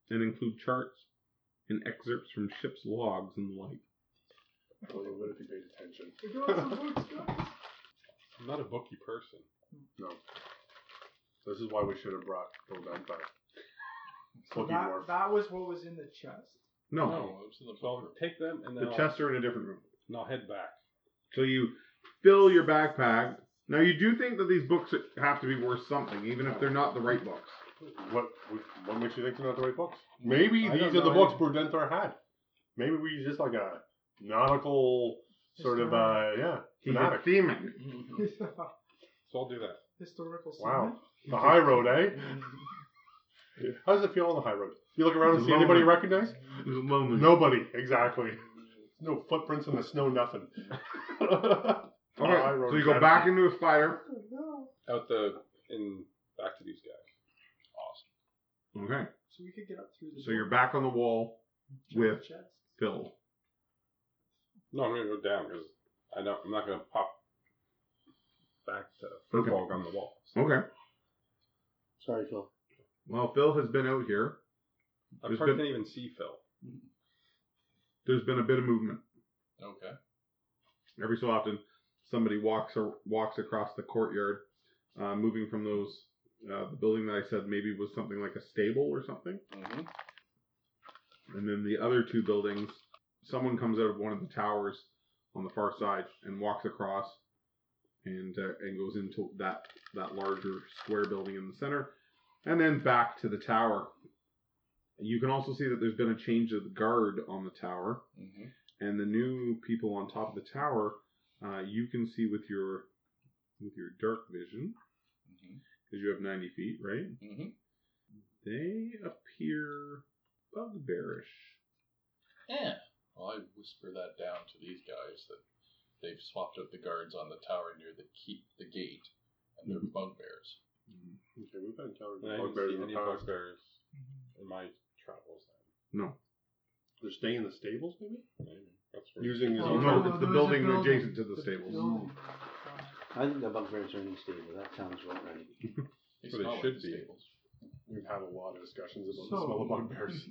B: and include charts and excerpts from ship's logs and the like.
F: Well, you would if you paid attention.
D: We got some books, guys.
G: I'm not a booky person.
F: This is why we should have brought Bill Dunn back.
D: So
F: Boogie
D: that,
F: dwarf.
D: that was what was in the chest.
B: No,
E: No, it's in the
G: So I'll
E: phone.
G: take them and then
B: the
G: I'll,
B: chests are in a different room.
G: and I'll head back.
B: So you fill your backpack. Now you do think that these books have to be worth something, even if they're not the right books.
F: What, what makes you think they're not the right books? Maybe
G: I
F: these
G: don't
F: are the
G: know.
F: books Brudenthar had. Maybe we just like a nautical sort of uh yeah.
B: He's a
F: Fanatic.
B: thematic.
G: So I'll do that.
D: Historical.
F: Wow.
D: season.
F: The high road, eh? How does it feel on the high road? You look around and see anybody you recognize?
C: The moment.
F: Nobody, exactly. No footprints in the snow, nothing. The
B: Okay,
F: high road
B: so you
F: is
B: go
F: empty.
B: back into a spider.
G: Out the in back to these guys. Awesome.
B: Okay,
D: So we could get up through the.
B: so you're back on the wall with
D: chest.
B: Phil.
G: No, I'm gonna go down because I don't. I'm not gonna pop back to
B: Okay.
G: fog on the wall.
B: Okay.
C: Sorry, Phil.
B: Well, Phil has been out here.
G: I
B: There's
G: probably
B: been-
G: can't even see Phil.
B: There's been a bit of movement.
E: Okay.
B: Every so often, somebody walks or walks across the courtyard, uh, moving from those. Uh, the building that I said maybe was something like a stable or something,
E: Mm-hmm.
B: and then the other two buildings. Someone comes out of one of the towers on the far side and walks across, and uh, and goes into that that larger square building in the center, and then back to the tower. You can also see that there's been a change of guard on the tower.
E: Mm-hmm.
B: and the new people on top of the tower, uh, you can see with your with your dark vision because you have ninety feet, right?
E: Mm-hmm.
B: They appear bugbearish.
E: Yeah. Well, I whisper that down to these guys that they've swapped out the guards on the tower near the keep the gate, and
F: Mm-hmm.
E: they're bugbears.
F: Okay, we've had encountered
G: And I didn't
F: bugbears
G: see
F: in
G: any
F: the past.
G: bugbears
D: Mm-hmm.
G: in my travels.
B: No,
F: They're staying in the stables, maybe?
G: Then. Maybe that's where
F: Using his
B: Oh,
F: own.
B: no,
F: tools?
B: it's the
D: there's a
B: building adjacent to the stables.
D: building.
C: I think the bugbears are in the stable. That sounds about right.
E: They
G: Well, they
E: smell like
G: should
E: the
G: be.
E: stables.
F: We've had a lot of discussions about the
D: So-
F: smell of bugbears.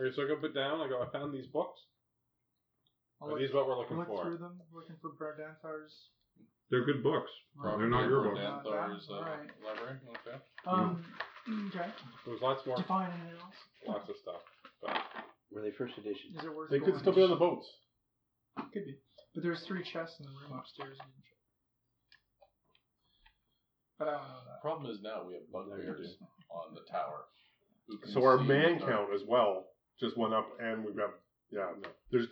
G: Okay, so I go put down. I go. I found these books.
D: I
G: Are
D: look-
G: these what we're
D: I
G: looking
D: look
G: for?
D: through them, looking for Brandanthar's.
B: they're good books. They're not your books.
E: Dan Thor's, uh,
D: Alright.
E: library. Okay.
D: Um, okay.
G: There's lots more,
D: Define anything else.
G: lots of stuff.
C: Were they first edition?
D: Is it worth?
F: They could
D: going?
F: still be on the boats.
D: Could be. But there's three chests in the room upstairs. And shit. But I don't know that.
E: Problem is now we have bugbears on the tower. who can
F: So our
E: see
F: man
E: the-
F: count as well just went up, and we've got yeah. No, there's,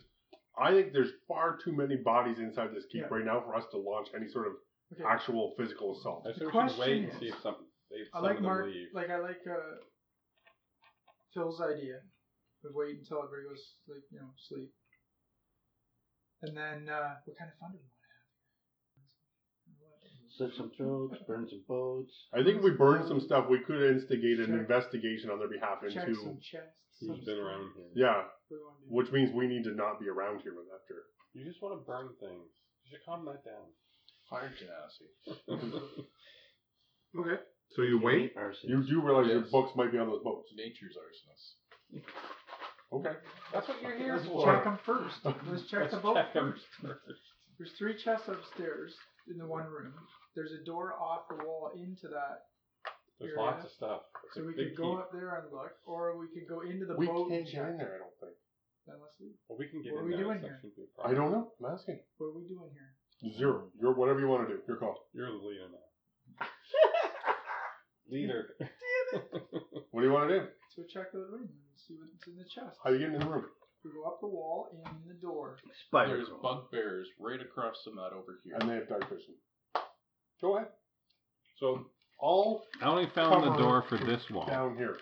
F: I think there's far too many bodies inside this keep
D: Yeah.
F: right now for us to launch any sort of
D: Okay.
F: actual physical assault.
G: I
D: The
G: think we should wait
D: question
G: and see
D: is-
G: if some, they,
D: I
G: some
D: like
G: of them
D: Mark.
G: leave.
D: Like I like uh, Phil's idea of wait until everybody goes like you know sleep, and then uh, what kind of fun do we want to have?
C: Slit some throats, burn some boats.
F: I think if we burn some stuff, we could instigate an
D: Check.
F: investigation on their behalf
D: Check
F: into
D: some chests.
G: Who's
D: some
G: been
D: stuff.
G: around here?
F: yeah,
D: We wanna do-
F: which means we need to not be around here after.
G: You just want to burn things. You should calm that down.
E: Fire genasi.
B: Okay, so you wait.
C: Arson.
F: You do realize your
E: Yes.
F: books might be on those boats.
E: Nature's arsonist.
F: Okay,
G: That's what you're here
F: That's
G: for.
D: Check them first. Let's check
G: Let's
D: the boat
G: check 'em
D: first.
G: first.
D: There's three chests upstairs in the one room. There's a door off the wall into that,
G: There's
D: Here,
G: lots
D: yeah.
G: of stuff. It's
D: so
G: a
D: we
G: big
D: could go
G: keep.
D: up there and look, or we could go into the
F: we
D: boat.
F: can't
D: and
F: get in
D: check.
F: there. I don't think.
D: Then let's leave.
G: Well, we can get
D: What
G: in
D: are we
G: there.
D: doing
G: so it
D: here?
G: shouldn't be a
F: I
G: problem.
F: don't know. I'm asking.
D: What are we doing here?
F: Zero. You're whatever you want to do. Your call.
G: You're the leader now. leader.
F: What do you want to do?
D: So check the room and see what's in the chest.
F: How you getting in the room?
D: We go up the wall and in the door.
C: Spider.
E: There's bugbears right across from that over here.
F: And they have dark vision. Go ahead.
G: So
F: All
G: I only
F: found the Cover door
G: for this wall,
F: down here.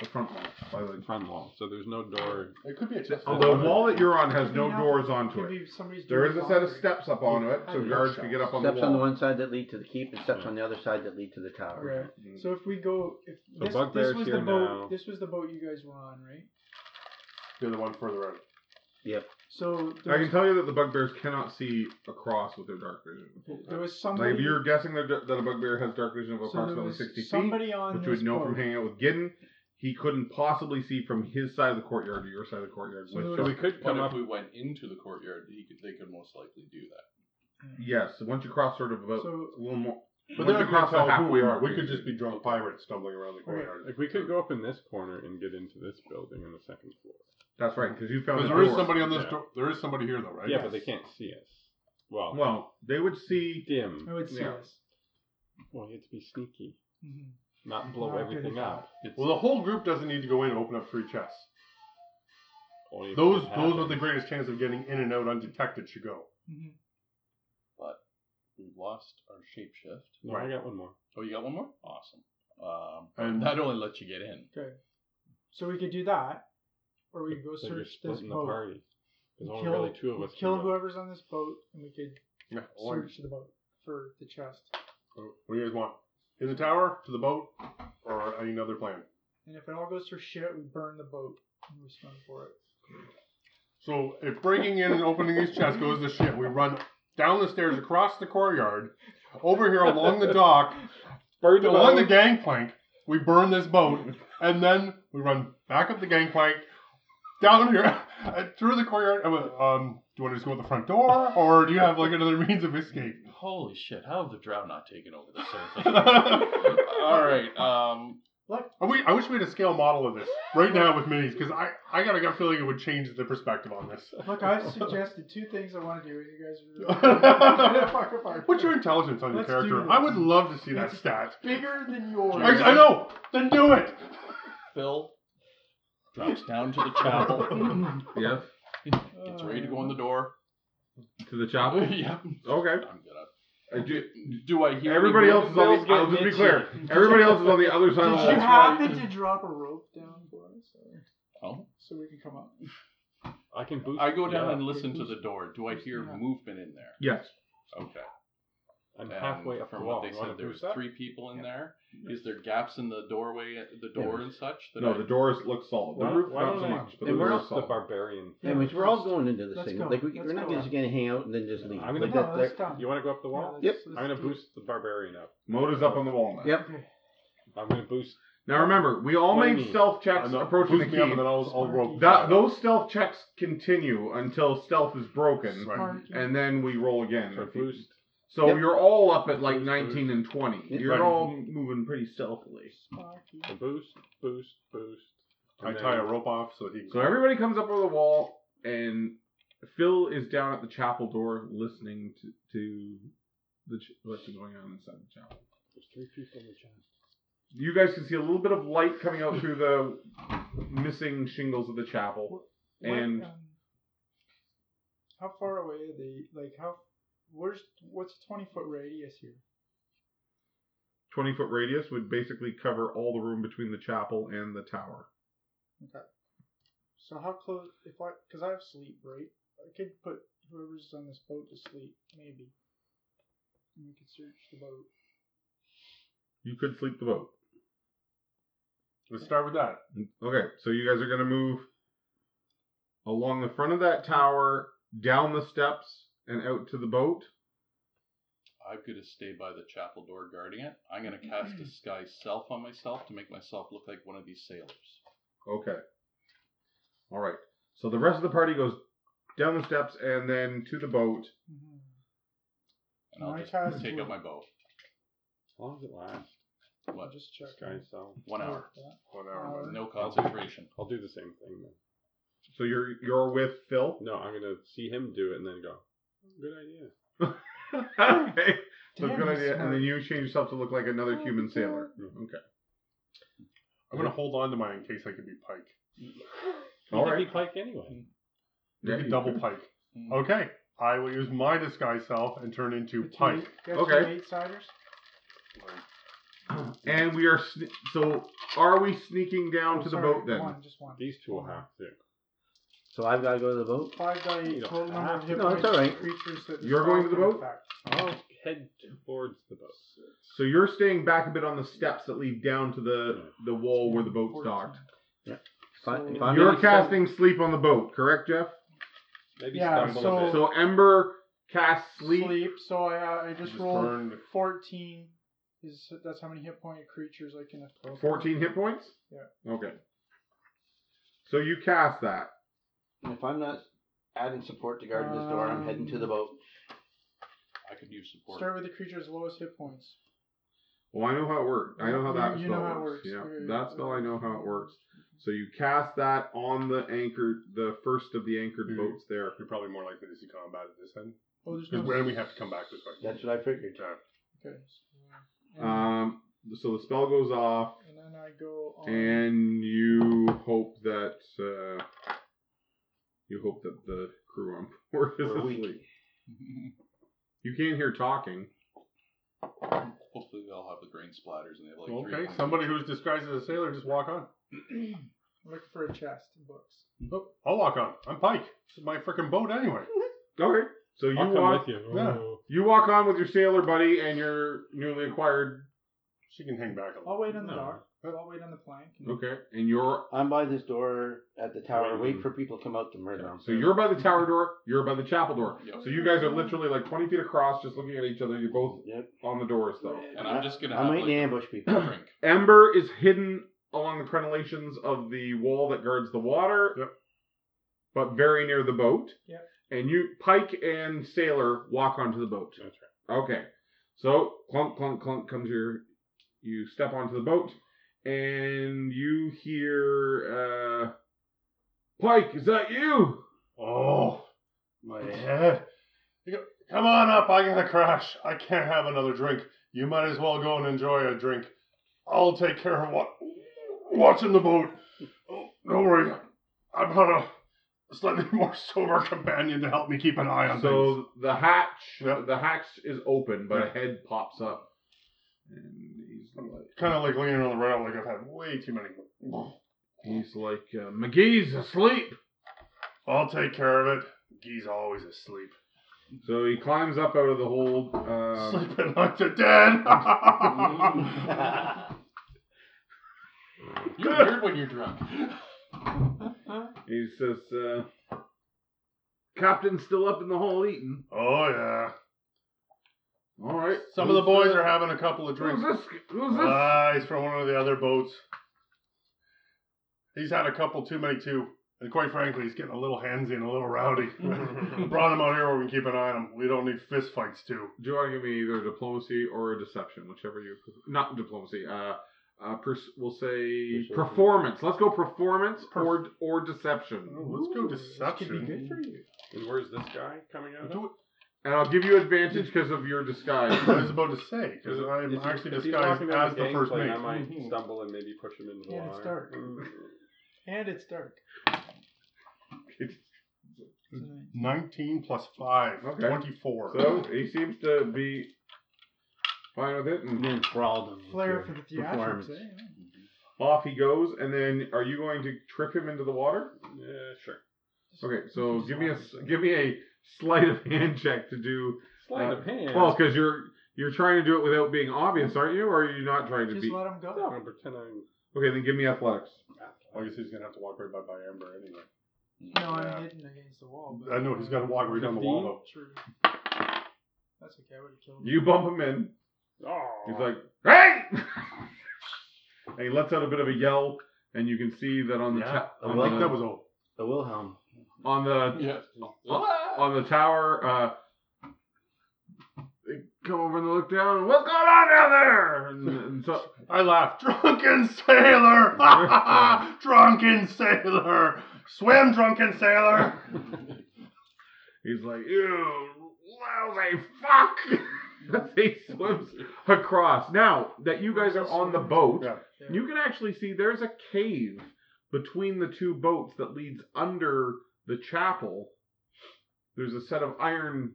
B: The front wall. By the,
G: front wall. So there's no door.
F: It could be a chest.
B: the wall that you're on has no
D: Yeah.
B: doors onto it.
D: Could be somebody's
B: There is
D: doing
B: a set of
D: laundry.
B: steps up onto it, so guards can get up on the
C: steps on the
B: wall.
C: one side that lead to the keep, and steps on the other side that lead to the tower.
D: Right. So if we go, if
G: The
D: this, this
G: bugbear's
D: was the
G: here
D: boat,
G: now.
D: this was the boat you guys were on, right?
F: You're the one further out.
D: So
B: I
D: there
B: can
D: was,
B: tell you that the bugbears cannot see across with their dark vision.
D: there was
B: Like
D: somebody.
B: if you're guessing that, that a bugbear has dark vision of
D: so there
B: approximately
D: was
B: sixty feet,
D: somebody on
B: which you would
D: this
B: know
D: boat.
B: from hanging out with Gideon, he couldn't possibly see from his side of the courtyard to your side of the courtyard.
D: So
B: with
D: there
B: dark-
D: was-
G: We could
E: But
G: come
E: if
G: up.
E: we went into the courtyard, he could, they could most likely do that.
B: yes, once you cross sort of about
D: Hmm. So-
B: a little more.
F: But
B: once
F: they're
B: you
F: not going to
B: the
F: tell who
B: halfway
F: we are.
B: mark,
F: We
B: you
F: could
B: can
F: just be drunk pirates stumbling around the courtyard.
G: If we could go up in this corner and get into this building on the second floor.
B: That's right, because you found
F: Because
B: the
F: there is
B: door.
F: somebody on this
G: Yeah.
F: door. There is somebody here, though, right?
G: Yeah, but they can't see us. Well,
B: Well, they would see.
G: dim.
D: I would see
B: Yeah.
D: this.
G: Well, you have to be sneaky,
D: Mhm.
G: not blow
D: Not good
G: everything
D: at
G: up. It's,
F: Well, the whole group doesn't need to go in and open up three chests.
G: Only if
F: Those
G: it
F: those with
G: happens.
F: the greatest chance of getting in and out undetected should go.
D: Mhm.
E: We've lost our shapeshift.
G: No, I got one more.
E: Oh, you got one more? Awesome. Um,
F: And-
E: that only lets you get in.
D: So we could do that, or we could go
G: So
D: search
G: you're
D: this
G: splitting the
D: boat.
G: party.
D: We
G: There's only
D: kill-
G: really two of
D: we
G: us. can
D: Kill
G: go.
D: whoever's on this boat, and we could
F: Yeah.
D: search the boat for the chest.
F: What do you guys want? In the tower, to the boat, or any other plan?
D: And if it all goes to shit, we burn the boat and we swim for it.
F: So if breaking in and opening these chests goes to shit, we run down the stairs, across the courtyard, over here along the dock,
G: Burn the
F: along the
G: boat.
F: gangplank. We burn this boat, and then we run back up the gangplank, down here, and through the courtyard. And we, um, do you want to just go out the front door, or do you have like another means of escape?
E: Holy shit, how have the drought not taken over the surface? All
F: All
E: right. Um,
F: I wish, I wish we had a scale model of this right now with minis, because I, I got a gut feeling it would change the perspective on this.
D: Look, I've suggested two things I want to do, and you guys are.
F: What's your intelligence on your
D: Let's do
F: character?
D: this.
F: I would love to see that stat.
D: bigger than yours?
F: I, I know. Then do it.
E: Phil drops down to the chapel,
B: Yes.
E: gets
D: Uh,
E: ready to go in the door.
B: To the chapel.
E: yeah,
B: Okay.
E: I'm gonna.
B: I do.
E: Do I hear
B: Everybody
E: any
B: else is on
E: bells
B: the. I'll
E: getting
B: just be
E: itchy?
B: clear. Everybody else is on the other side of the
D: Did you
B: wall.
E: That's
D: happen
E: right.
D: to drop a rope down for us, or-
E: Oh,
D: so we can come up?
G: I can boost.
E: I go down
G: yeah,
E: and listen to the door. Do I hear
D: Yeah.
E: movement in there?
B: Yes.
E: Okay.
G: I'm
E: And
G: halfway up the
E: from
G: wall.
E: what they
G: You wanna
E: said, there was
G: boost that?
E: three people in there. Is there gaps in the doorway, the door and such? That
B: No,
E: I-
B: the doors look solid.
G: Why
B: The
G: don't-
B: roof
G: why
B: not
G: don't
B: so
G: I-
B: much, but the
G: and we're
B: roof is
G: not the
B: solid.
G: barbarian.
C: Anyways, we're all going into this
D: Let's
C: thing.
D: go.
C: Like we,
D: Let's
C: we're not
D: go.
C: just going to hang out and then just leave.
G: I'm
C: like
G: gonna-
D: No,
C: that,
D: that's
C: that-
D: done.
G: You want to go up the
D: Yeah,
G: wall?
D: let's-
C: Yep.
D: let's
G: I'm gonna
D: do it.
G: boost the barbarian up.
B: Moat is up on the wall now.
C: Yep.
D: Okay.
G: I'm gonna boost.
B: Now remember, we all
G: What do you
B: made
G: mean?
B: stealth checks
F: And I'll
B: approaching the
F: boost me up, and then
B: key.
F: I'll, I'll rope.
B: That, those stealth checks continue until stealth is broken,
F: Right.
D: Marky.
B: and then we roll again.
G: So boost.
B: So
C: Yep.
B: you're all up at like
G: Boost,
B: 19 and 20.
C: Yep.
B: You're
F: Right.
B: all moving pretty stealthily.
D: Marky.
G: So boost. Boost. Boost.
F: I
G: and
F: tie a
G: then-
F: rope off so he.
B: So everybody comes up over the wall, and Phil is down at the chapel door listening to, to the ch- what's going on inside the chapel.
G: There's three people in the chest.
B: You guys can see a little bit of light coming out through the missing shingles of the chapel.
D: What,
B: And-
D: um, how far away are they? Like how? Where's what's a twenty foot radius here?
B: 20 foot radius would basically cover all the room between the chapel and the tower.
D: So how close? If I because I have sleep, right? I could put whoever's on this boat to sleep, maybe. And we could search the boat.
B: You could sleep the boat.
F: Let's start with that.
B: Okay, so you guys are going to move along the front of that tower, down the steps, and out to the boat.
E: I'm gonna stay by the chapel door guarding it. I'm gonna cast disguise self on myself to make myself look like one of these sailors.
B: Okay. All right. So the rest of the party goes down the steps and then to the boat. Mm-hmm.
E: And I'll
D: My
E: just
D: cast
E: take
D: will-
E: out my bow.
G: How long does it last?
D: I'll
E: What?
D: just check.
G: Sky cell.
E: One hour.
F: Whatever.
E: No concentration.
G: I'll do the same thing. Then.
B: So you're you're with Phil.
G: No, I'm gonna see him do it and then go. Good idea.
B: okay. So
D: Uh, Damn,
B: good
D: he's
B: idea. And then
D: smart.
B: you change yourself to look like another human sailor. Mm-hmm.
F: I'm gonna hold on to mine in case I can be Pike.
G: You
B: All
G: could
B: right.
G: be Pike anyway.
F: Hmm. You
B: Yeah,
F: can
B: you
F: double
B: could.
F: Pike.
E: Mm.
F: Okay. I will use my disguise self and turn into
D: The two
F: Pike.
D: eight- guys,
B: Okay.
D: two Eight siders.
B: And we are sne- so are we sneaking down
D: Oh,
B: to the boat then?
D: One, just one.
G: These two will have to.
C: So I've got to go to the boat.
D: Five by eight
G: You don't
D: total number of
G: have
D: hit
C: to. No, it's
D: points
C: alright.
D: for creatures that
B: You're going to the boat?
G: I'll head towards the boat.
B: So you're staying back a bit on the steps that lead down to the the wall where the boat's docked.
C: If I- if I'm
B: You're
C: gonna-
B: casting sleep on the boat, correct, Jeff?
G: Maybe
D: Yeah,
G: stumble
D: so-
G: a bit.
B: So Ember casts
D: sleep.
B: sleep.
D: Oh. sleep. So I, uh, I just
F: Just
D: rolled
F: turned.
D: fourteen. Is that's how many hit point creatures I can?
B: 14 hit points? Yeah. Okay. So you cast that.
C: If I'm not adding support to guarding this door, I'm heading to the boat.
E: I could use support.
D: Start with the creature's lowest hit points.
B: Well, I know how it works. I know how
D: You-
B: that
D: you
B: spell
D: know how it
B: works.
D: works.
B: Yeah,
D: Yeah, yeah,
B: that spell
D: yeah.
B: I know how it works. So you cast that on the anchored, the first of the anchored
G: Hmm.
F: Mhm.
B: boats there.
F: You're probably more likely to see combat at this end
D: Oh, there's
F: because
D: no.
F: when we have to come back this way.
C: That's what I figured.
F: Yeah.
D: Okay. so, uh, and,
B: Um, so the spell goes off,
D: and then I go on.
B: and you hope that uh,
G: You hope that the crew on board is
C: We're weak.
G: asleep. You can't hear talking.
E: Hopefully, they all have the grain splatters and they have like three
F: Okay,
E: points.
F: somebody who's disguised as a sailor, just walk on.
D: I'm looking for a chest and books.
F: Oh, I'll walk on. I'm Pike. This is my freaking boat anyway.
B: Okay. So you
G: I'll come
B: walk,
G: with you.
F: yeah.
G: Oh.
B: you walk on with your sailor buddy and your newly acquired.
F: She can hang back a
D: I'll
F: little.
D: wait on the
G: No.
D: dock. I'll wait on the plank.
B: Okay. And you're
C: I'm by this door at the tower.
G: Wait.
C: Wait for people to come out to murder them.
B: so you're by the tower door. You're by the chapel door.
E: Yep.
B: So you guys are literally like 20 feet across, just looking at each other. You're both
C: Yep.
B: on the doors though.
E: And I'm just gonna.
C: I
E: have,
C: might
E: like,
C: ambush
E: a
C: people.
E: drink.
B: Ember is hidden along the crenellations of the wall that guards the water,
F: Yep.
B: but very near the boat.
D: Yep.
B: And you, Pike and Sailor, walk onto the boat.
G: That's
B: Okay. So clunk, clunk, clunk comes your. You step onto the boat, and you hear. uh Pike, is that you?
F: Oh, my head. You go- Come on up. I got to crash. I can't have another drink. You might as well go and enjoy a drink. I'll take care of what. Watching the boat. Oh, don't worry. I've got a slightly more sober companion to help me keep an eye on things.
B: So the hatch,
F: Yep.
B: the hatch is open, but a
F: Yep.
B: head pops up, and he's like,
F: Kind of like leaning on the rail, like I've had way too many.
B: he's like, uh, McGee's asleep.
F: I'll take care of it. Gee's always asleep.
B: So he climbs up out of the hold. Um,
F: Sleeping like the dead.
C: I'll
E: You're weird when you're drunk.
B: he says, uh, "Captain's still up in the hole eating."
F: oh yeah.
B: All right.
F: Some of the boys are having a couple of
B: Who's
F: drinks.
B: this? Who's this?
F: Ah, he's from one of the other boats. He's had a couple too many too, and quite frankly, he's getting a little handsy and a little rowdy. Brought him out here where we can keep an eye on him. We don't need fist fights too.
B: Do you want to give me either diplomacy or a deception, whichever you not diplomacy. Uh, uh, pers- we'll say
C: Persuasion.
B: performance. Let's go performance
F: Per-
B: or or deception,
F: Oh, let's go
D: This could be
F: deception.
D: good for you.
G: And where's this guy coming out? of?
F: Do it.
B: and I'll give you advantage because of your disguise.
F: I was about to say because I'm
G: Is he-
F: actually
G: is he
F: disguised
G: walking down
F: as the
G: gang
F: first
G: plank?
F: mate.
G: I might
C: Mhm.
G: stumble and maybe push him into the
D: Yeah,
G: water.
D: it's dark. And it's dark. tonight.
F: Mm. 19 plus 5,
B: Okay.
F: 24.
B: so he seems to be fine with it, and
C: enthralled him.
D: Flair for the
B: Performance.
D: theatrics. Eh?
B: off he goes. And then, are you going to trip him into the water?
G: Yeah, sure.
B: Okay, so give me a s- give me a sleight of hand check to do.
G: Sleight
B: Uh,
G: of hand.
B: Well, because you're you're trying to do it without being obvious, aren't you? Or are you not trying to
D: Just
B: be?
D: let him
G: I'm not
D: go.
G: gonna pretend I'm.
B: Okay, then give me athletics.
F: I guess he's going to have to walk right by, by Amber anyway.
D: No, I'm
F: Yeah.
D: hidden against the wall. But
F: I know, he's got to walk right down the wall, though.
D: True. That's okay. I would have killed him.
B: You bump him in.
G: Oh.
B: He's like, "Hey!" and he lets out a bit of a yell, and you can see that on the
F: Yeah,
B: ta-
F: I
B: on,
F: like
B: the,
F: that was all.
C: The Wilhelm.
B: on the
E: Yeah.
B: on the tower. Uh, they come over and they look down. What's going on down there? And, and so
F: I laughed. Drunken sailor! drunken sailor! Swim, drunken sailor!
B: He's like, you lousy fuck! he swims across. Now that you guys are on the boat,
F: Yeah.
B: you can actually see there's a cave between the two boats that leads under the chapel. There's a set of iron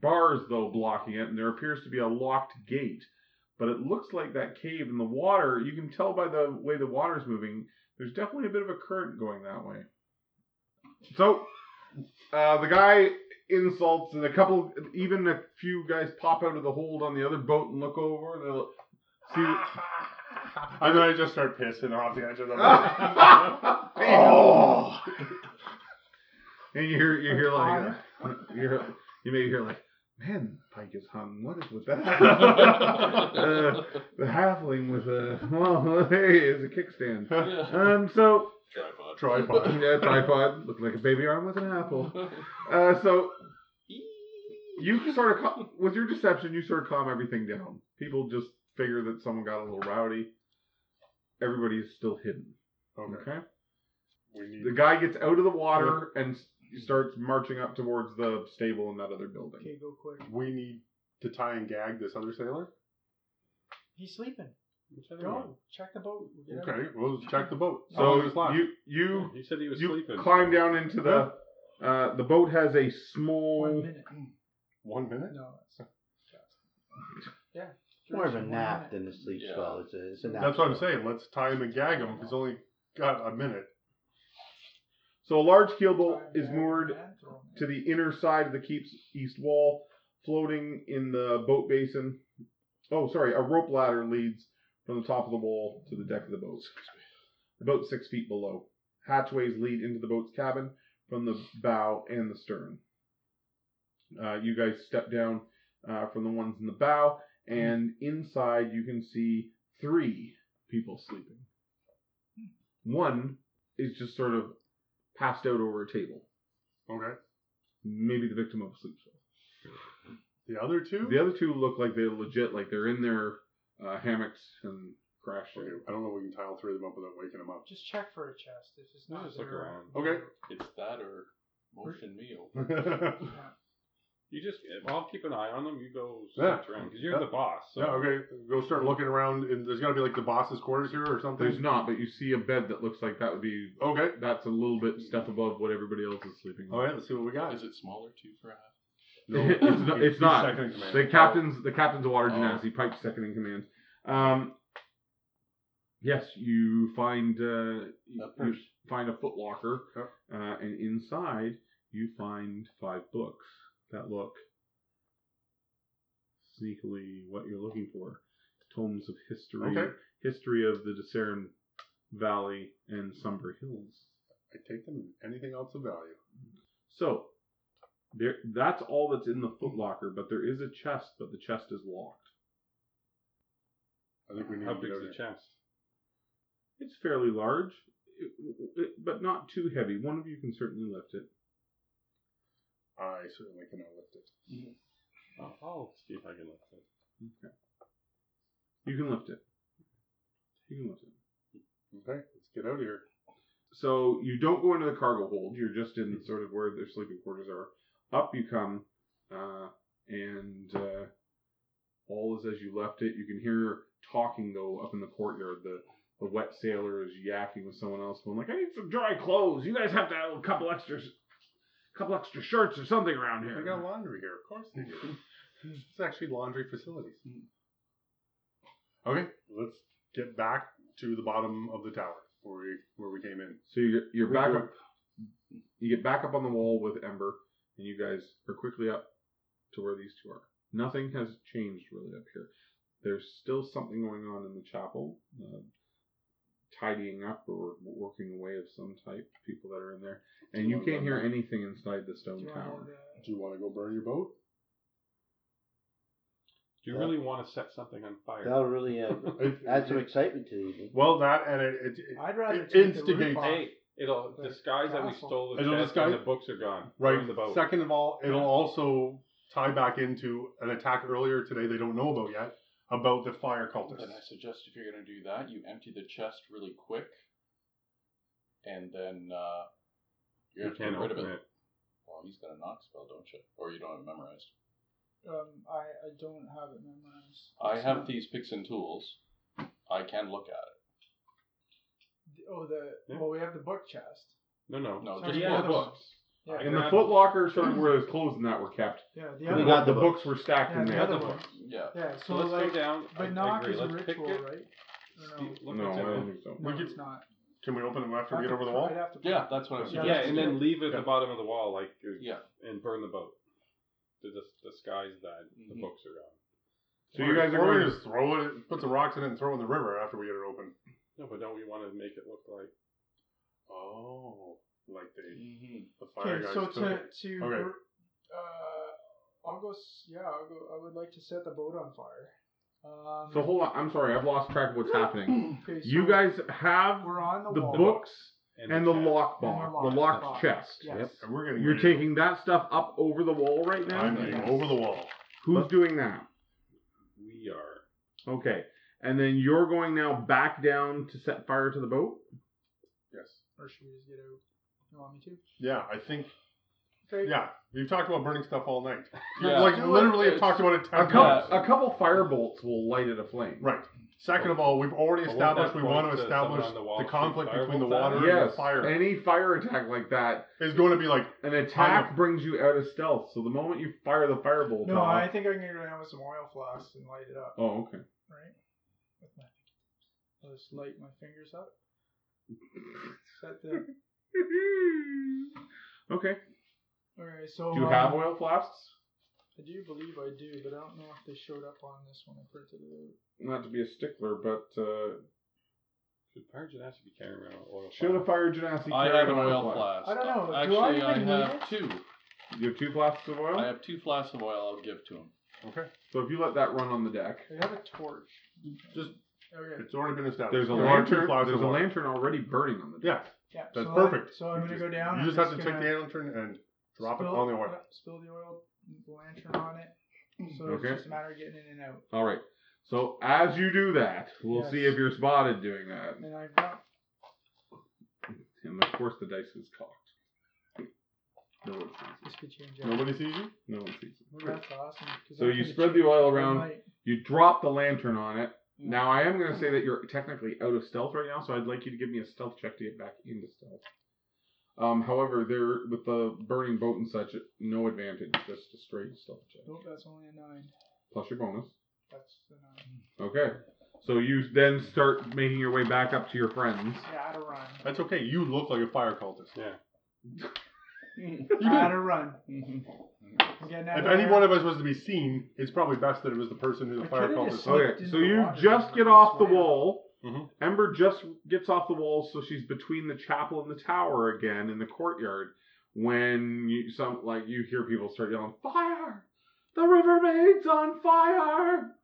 B: bars, though, blocking it, and there appears to be a locked gate. But it looks like that cave in the water, you can tell by the way the water's moving, there's definitely a bit of a current going that way. So, uh, the guy insults, and a couple, even a few guys pop out of the hold on the other boat and look over, and they'll see.
F: and then I just start pissing off the edge of the boat.
B: and
F: oh!
B: you hear you hear like uh,
D: Like,
B: you hear, you maybe hear like man Pike is hung what is with that uh, the halfling with a well hey is a kickstand um so
E: Tripod.
F: Tripod.
B: yeah tripod looked like a baby arm with an apple uh so you sort of cal- with your deception you sort of calm everything down people just figure that someone got a little rowdy everybody is still hidden
F: Okay.
B: okay
F: We need
B: The guy gets out of the water and s- starts marching up towards the stable in that other building.
D: Okay, go quick.
F: we need to tie and gag this other sailor.
D: He's sleeping.
G: Which other one?
D: Go. Check the boat. We'll get out.
F: Okay, we'll check the boat.
B: So
F: Someone just left.
B: you you
G: He said he was
B: you
G: sleeping.
B: climb down into the Uh, the boat has a
D: One
F: Oh.
B: small.
D: minute.
F: One minute?
D: No. that's- Yeah.
C: More of a
D: duration, one
C: nap
D: minute.
C: than a sleep
E: Yeah.
C: spell. It's a, it's a nap.
F: That's what I'm
C: spell.
F: saying. Let's tie him and gag him. He's only got a minute.
B: So a large keelboat
D: Time
B: is
D: back,
B: moored
D: man, throw 'em in.
B: to the inner side of the keep's east wall, floating in the boat basin. Oh, sorry, a rope ladder leads from the top of the wall to the deck of the boat. The boat's six feet below. Hatchways lead into the boat's cabin from the bow and the stern. Uh, you guys step down uh, from the ones in the bow, and inside you can see three people sleeping. One is just sort of passed out over a table
F: Okay.
B: maybe the victim of a sleep spell.
F: The other two?
B: The other two look like they're legit, like they're in their uh, hammocks and crashing.
F: Okay, I don't know if we can tile three of them up without waking them up.
D: Just check for a chest. If it's not
E: Just
G: look
D: there-
G: around.
F: Okay.
E: It's that or motion meal.
G: You just, I'll keep an eye on them. You go
F: Yeah.
G: search around because you're
F: Yeah.
G: the boss. So.
F: yeah, okay. Go start looking around. And there's got to be like the boss's quarters here or something.
B: There's not, but you see a bed that looks like that would be.
F: Okay.
B: That's a little bit step above what everybody else is sleeping.
F: All
B: on.
F: right, let's see what we got.
E: Is it smaller too for half?
F: No,
B: It's not-
F: he's-
B: it's
F: he's
B: not.
F: second in command.
B: The captain's the captain's of water
E: Oh.
B: gymnastics. He pipes second in command. Um, yes, you find uh, you-
C: A
B: you
C: purse.
B: find a footlocker,
F: Yep.
B: uh, and inside you find five books that look sneakily what you're looking for: tomes of history,
F: Okay.
B: history of the Discern Valley and Sumber Hills.
F: I take them. Anything else of value?
B: So there, that's all that's in the footlocker. But there is a chest, but the chest is locked.
F: I think we need
G: How
F: to
G: big
F: go
G: is the
F: there.
G: chest?
B: It's fairly large, it- it- but not too heavy. One of you can certainly lift it.
F: I certainly cannot lift it.
G: Oh, I'll see if I can lift it.
B: You can lift it. You can lift it.
F: Okay, let's get out of here.
B: So you don't go into the cargo hold. You're just in sort of where their sleeping quarters are. Up you come, uh, and uh, all is as you left it. You can hear talking though up in the courtyard. The the wet sailor is yakking with someone else, going like, "I need some dry clothes. You guys have to have a couple extra, couple extra shirts or something around here."
F: They got laundry here, of course they do. It's actually laundry facilities.
E: Hmm.
F: Okay, let's get back to the bottom of the tower where we where we came in.
B: So you you're back
F: Regroup.
B: up. You get back up on the wall with Ember, and you guys are quickly up to where these two are. Nothing has changed really up here. There's still something going on in the chapel, uh, tidying up or working away of some type. People that are in there, and you can't hear anything inside the
D: Do
B: stone
D: you wanna know
B: tower.
D: the-
F: Do you want to go burn your boat?
G: Do you
C: Yeah.
G: really want to set something on fire?
C: That'll really uh,
F: If-
C: add some excitement to the evening.
F: well, that and it, it, it-
D: I'd rather
F: It
D: take the
F: instigates-
D: roof off.
G: Hey, it'll
D: The
G: disguise that we
D: castle.
G: stole the
F: It'll
G: chest
F: disguise-
G: and the books are gone.
F: right.
G: Burn the boat.
F: Second of all, it'll also tie back into an attack earlier today they don't know about yet about the fire cultists.
E: Then I suggest if you're going to do that, you empty the chest really quick, and then uh,
G: you
E: you're going
G: can't
E: to get rid of
G: open
E: it.
G: it.
E: Well, he's got a knock spell, don't you? Or you don't have it memorized.
D: Um, I, I don't have it memorized.
E: I
D: It's
E: have
D: not-
E: these picks and tools. I can look at
D: Oh, the
G: Yeah.
D: well, we have the book chest.
G: No, no.
E: it. No,
D: Sorry,
E: just
D: yeah,
E: yeah,
D: the-
E: books.
D: Yeah,
G: I
B: In
G: can
B: the
G: add-
B: footlocker, sort of where those clothes and that were kept.
D: yeah, the
C: We
D: other.
B: The,
C: got the
B: the
C: books.
B: books were stacked
D: yeah,
B: in
D: the
B: there.
D: other
G: book.
D: one.
E: Yeah.
D: Yeah, so,
G: So let's
D: like
G: go down. I-
D: the
G: I
D: knock
G: agree.
D: is a
G: Let's
D: ritual,
G: pick it.
D: right? Or no?
G: Steve, look
B: No, I
G: into
B: don't
G: it.
B: think so.
D: No,
F: We could-
D: it's not.
F: Can we open them after
D: I'd
F: we get
D: have
F: over
D: to
F: the
D: pr-
F: wall?
D: I'd have to
E: Yeah,
D: pr-
E: that's what I was
D: Yeah,
G: Yeah,
D: that's
G: and
D: the
G: then
D: trick.
G: leave it at
F: Yeah.
G: the bottom of the wall, like uh,
E: Yeah.
G: and burn the boat to dis- disguise that
E: Mhm.
G: the books are gone.
B: So you guys are
F: Or we
B: going to
F: just throw it, put some rocks in it, and throw it in the river after we get it open.
G: No, but don't we want to make it look like
F: Oh, like the
E: Mm-hmm.
F: the fire
D: okay,
F: guys
D: so
F: took
D: to
F: it.
D: to
F: Okay.
D: br- uh, I'll go. s- Yeah, I'll go, I would like to set the boat on fire. Um,
B: So hold on. I'm sorry. I've lost track of what's happening.
D: okay, so
B: You guys have
D: we're on
B: the
D: the, wall.
B: books. and the lock
D: And
G: chest?
D: the
B: box,
D: lock
B: the locked
D: box.
B: chest.
D: Yes.
F: And we're getting
B: You're
F: ready to-
B: taking that stuff up over the wall right now.
F: I'm getting over the wall.
B: Who's doing that?
G: We are.
B: Okay, and then you're going now back down to set fire to the boat.
F: Yes.
D: Or should we just get out? You want me to?
F: Yeah, I think.
D: Okay.
F: Yeah, we've talked about burning stuff all night.
E: Yeah.
F: like
D: do it.
F: literally, I've talked about it ten
B: A couple,
F: times.
B: a couple fire bolts will light it aflame.
F: Right. Second of all, we've already
G: But won't
F: established
G: that
F: we want
G: point
F: to
G: to
F: establish
G: someone on the wall
F: the
G: shoot
F: conflict between the
G: fireballs
F: water
G: at
F: and
G: it?
B: Yes,
F: the fire.
B: any fire attack like that,
F: It's going to be like
B: an
F: I
B: attack brings you out of stealth. So the moment you fire the firebolt,
D: No,
B: off-
D: I think I can go down with some oil flasks and light it up,
B: Oh, okay.
D: right? With my, I'll just light my fingers up. Set the.
B: okay.
D: Alright, so.
B: Do you
D: uh,
B: have oil flasks?
D: I do believe I do, but I don't know if they showed up on this when I printed it out.
B: Not to be a stickler, but uh,
G: Should fire Janassi be carrying around an oil
B: should a
G: flask?
B: fire genasi
E: I
B: carry
E: have an oil flask.
D: I don't know. Do I
E: Actually, I,
D: even
E: have two.
B: You have two flasks of oil.
E: I have two flasks of oil. I'll give to him.
B: Okay. So if you let that run on the deck,
D: I have a torch.
F: just
D: Okay.
F: it's already been established.
B: there's a
F: There are two
B: lantern.
F: flags
B: There's
F: of
B: a
F: water.
B: lantern already burning on the deck.
F: Yeah,
D: Yeah,
F: that's
D: so
F: perfect.
D: I, so I'm
F: You
D: gonna
F: just-
D: go down.
F: You
D: I'm
F: just have to take
D: gonna
F: the lantern and drop it
D: spill-
F: on the oil.
D: yeah, Spill the oil, the lantern on it. So
B: Okay.
D: it's just a matter of getting in and out.
B: All right. So as you do that, we'll
D: Yes.
B: see if you're spotted doing that.
D: And I've got.
B: And of course, the dice is cocked. No one sees
D: This could change. everything.
F: Nobody sees you.
B: it. No one sees it.
D: That's awesome. 'cause
B: So
D: I'm
B: you
D: gonna
B: spread the
D: change
B: oil
D: my
B: around.
D: light.
B: You drop the lantern on it. Now I am going to say that you're technically out of stealth right now, so I'd like you to give me a stealth check to get back into stealth. Um, however, there with the burning boat and such, no advantage, just a straight stealth check
D: Nope, that's only a nine.
B: plus your bonus.
D: That's a nine.
B: Okay, so you then start making your way back up to your friends.
D: Yeah, I had a run.
F: That's okay. You look like a fire cultist.
G: Yeah.
F: You
D: I had
F: do.
D: a run. I'm getting out
F: If
D: of
F: any
D: there.
F: one of us was to be seen, it's probably best that it was the person who the
D: I
F: fire
D: could've
F: cultist.
D: just-
F: was.
B: Okay,
D: Slipped
B: so
D: into
B: you
D: water
B: just
D: and
B: get off the
D: swam.
B: wall.
F: Mhm.
B: Ember just gets off the wall, so she's between the chapel and the tower again in the courtyard. When you some like you hear people start yelling, "Fire! The river maid's on fire!"